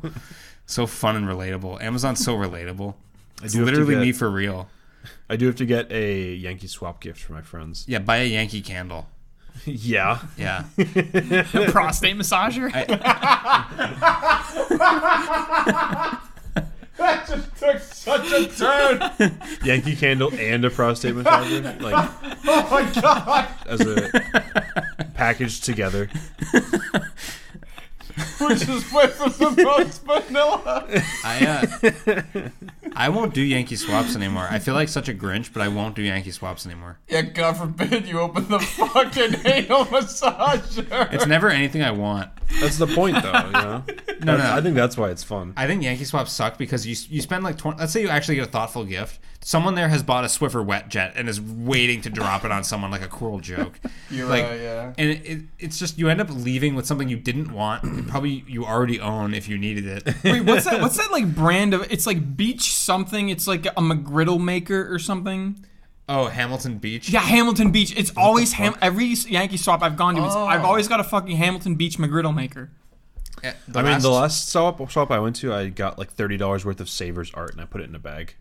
C: So fun and relatable. Amazon's so relatable. It's
A: do have to
C: literally
A: get-
C: me for real.
A: I do have to get a Yankee swap gift for my friends.
C: Yeah, buy a Yankee candle.
A: Yeah,
C: Yeah.
B: Prostate massager.
D: Took such a turn.
A: Yankee candle and a prostate massager, like
D: Oh my god.
A: as a package together.
D: Which is with the most vanilla.
C: I uh, I won't do Yankee swaps anymore. I feel like such a Grinch, but I won't do Yankee swaps anymore.
D: Yeah, God forbid you open the fucking anal massager.
C: It's never anything I want.
A: That's the point, though. You know?
C: No, no.
A: I think that's why it's fun.
C: I think Yankee swaps suck because you you spend like twenty. Let's say you actually get a thoughtful gift. Someone there has bought a Swiffer wet jet and is waiting to drop it on someone like a cruel joke.
D: You're
C: like,
D: right, yeah.
C: And it, it, it's just you end up leaving with something you didn't want. and Probably you already own if you needed it.
B: Wait, what's that? What's that like brand of? It's like beach something. It's like a McGriddle maker or something.
C: Oh, Hamilton Beach.
B: Yeah, Hamilton Beach. It's always Ham. Every Yankee swap I've gone to, it's,
D: Oh.
B: I've always got a fucking Hamilton Beach McGriddle maker.
C: Yeah,
A: I mean, the last shop, shop I went to, I got like thirty dollars worth of Savers art, and I put it in a bag.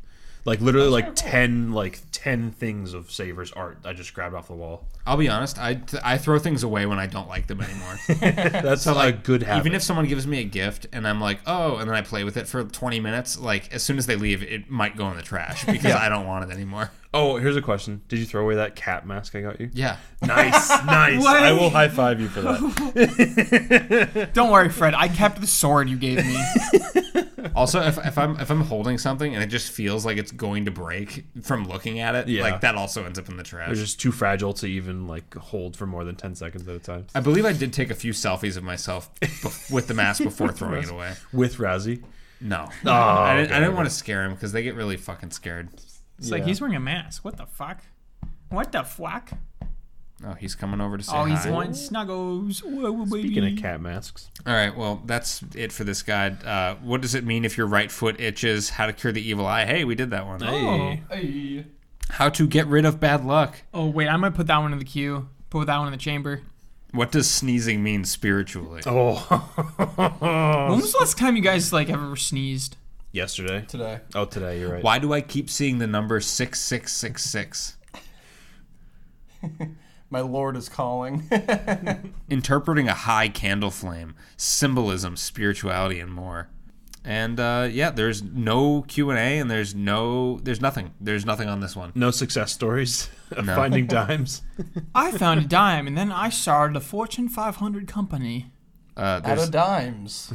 A: Like literally, like ten, like ten things of Savers art I just grabbed off the wall.
C: I'll be honest. I I throw things away when I don't like them anymore.
A: That's a good habit.
C: Even if someone gives me a gift and I'm like, oh, and then I play with it for 20 minutes, like as soon as they leave, it might go in the trash because I don't want it anymore.
A: oh, here's a question: Did you throw away that cat mask I got you?
C: Yeah.
A: Nice, nice.
B: Why?
A: I will high five you for that.
B: Don't worry, Fred. I kept the sword you gave me.
C: Also, if, if I'm if I'm holding something and it just feels like it's going to break from looking at it,
A: Yeah.
C: like that also ends up in the
A: They're
C: trash.
A: just too fragile to even like hold for more than ten seconds at a time.
C: I believe I did take a few selfies of myself bef- with the mask before throwing it away.
A: With Razzie, Oh,
C: No, I didn't, I
A: okay,
C: didn't
A: okay.
C: want to scare him because they get really fucking scared.
B: It's like
A: Yeah.
B: he's wearing a mask. What the fuck? What the fuck?
C: Oh, he's coming over to say
B: Oh, he's
C: hi.
B: wanting snuggles. Whoa,
A: speaking
B: baby.
A: of cat masks,
C: All right, well, that's it for this guide. Uh, what does it mean if your right foot itches? How to cure the evil eye? Hey, we did that one.
B: Oh.
D: Hey.
C: How to get rid of bad luck?
B: Oh wait, I might put that one in the queue. Put that one in the chamber.
C: What does sneezing mean spiritually?
A: oh,
B: When was the last time you guys like ever sneezed?
A: yesterday.
D: Today.
A: Oh, today. You're right.
C: Why do I keep seeing the number six six six six?
D: My lord is calling.
C: Interpreting a high candle flame, symbolism, spirituality, and more. And uh, yeah, there's no Q and A, and there's no, there's nothing, there's nothing on this one.
A: No success stories of finding dimes.
B: I found a dime and then I started a Fortune 500 company.
C: Uh,
D: Out
C: there's
D: of dimes.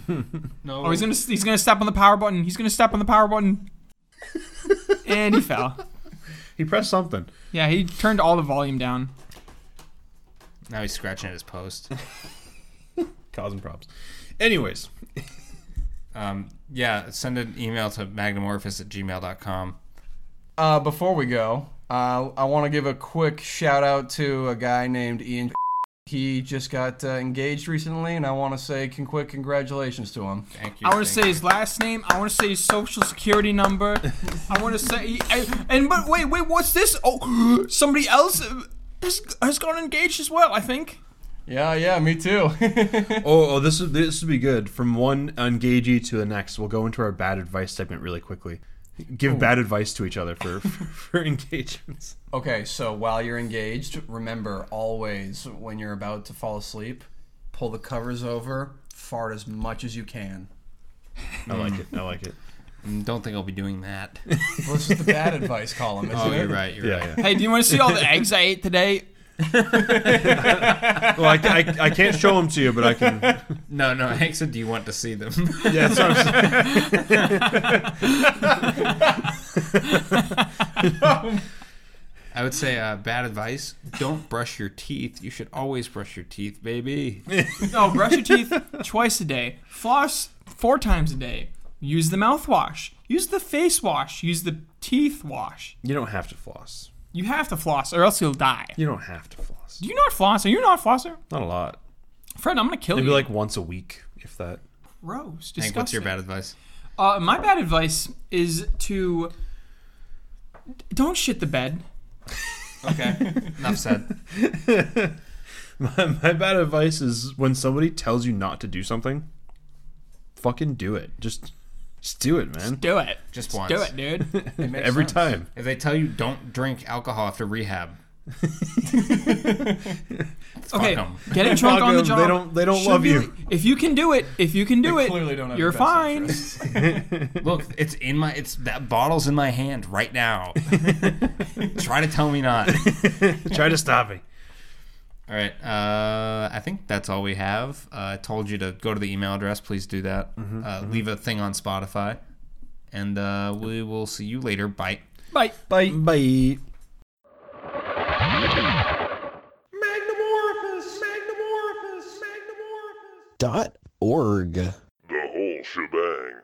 C: no.
B: Oh, he's gonna he's gonna step on the power button. He's gonna step on the power button. and he fell.
A: He pressed something.
B: Yeah, he turned all the volume down.
C: now he's scratching at his post.
A: causing problems. Anyways,
C: Um, yeah, send an email to magnumorphis at gmail.com.
D: Uh, before we go, uh, I want to give a quick shout out to a guy named Ian. He just got uh, engaged recently, and I want to say con- quick congratulations to him.
C: Thank you.
B: I want to
C: thank
B: say his last name. I want to say his social security number. I want to say I- and but wait, wait, what's this? Oh, somebody else uh, has, has gone engaged as well. I think.
D: Yeah, yeah, me too.
A: oh, oh, this would this would be good. From one engagee to the next, we'll go into our bad advice segment really quickly. Give bad advice to each other for for, for engagements.
D: okay, so while you're engaged, remember always when you're about to fall asleep, pull the covers over, fart as much as you can.
A: I like it. I like it.
C: you. Don't think I'll be doing that.
D: Well, this is the bad advice column, isn't
C: Oh,
D: it?
C: you're right. You're
A: Yeah,
C: right.
A: yeah.
B: Hey, do you want to see all the eggs I ate today?
A: Well, I, ca- I, I can't show them to you, but I can.
C: No, no. Hank said, "Do you want to see them?"
A: Yeah, that's what I'm saying.
C: I would say uh, bad advice: don't brush your teeth. You should always brush your teeth, baby.
B: No, brush your teeth twice a day. Floss four times a day. Use the mouthwash. Use the face wash. Use the teeth wash.
A: You don't have to floss.
B: You have to floss, or else you'll die.
A: You don't have to floss.
B: Do you not floss? Are you not a flosser?
A: Not a lot.
B: Fred, I'm gonna kill
A: Maybe
B: you.
A: like once a week, if that.
B: Gross.
C: Hank, what's your
B: disgusting.
C: bad advice?
B: Uh, my bad advice is to don't shit the bed.
C: Okay, enough said.
A: My, my bad advice is when somebody tells you not to do something, fucking do it. Just, just do it, man.
B: Do it.
C: Just
B: Just
C: once.
B: do it, dude.
D: It makes
A: Every
D: sense.
A: time.
C: If they tell you don't drink alcohol after rehab,
B: okay,
C: Fuck 'em.
B: get it drunk
A: Fuck
B: on the
A: 'em.
B: job.
A: They don't- they don't
B: Should
A: love
B: be-
A: you.
B: If you can do it, if you can do
D: They
B: it,
D: clearly don't have
B: you're
D: your best
B: fine.
D: interests.
C: look, it's in my. It's that bottle's in my hand right now. Try to tell me not.
E: Try to stop me.
C: All right. Uh, I think that's all we have. Uh, I told you to go to the email address. Please do that. uh, Leave a thing on Spotify. And uh, we will see you later. Bye.
B: Bye.
A: Bye. Bye.
F: dot org.
G: The whole shebang.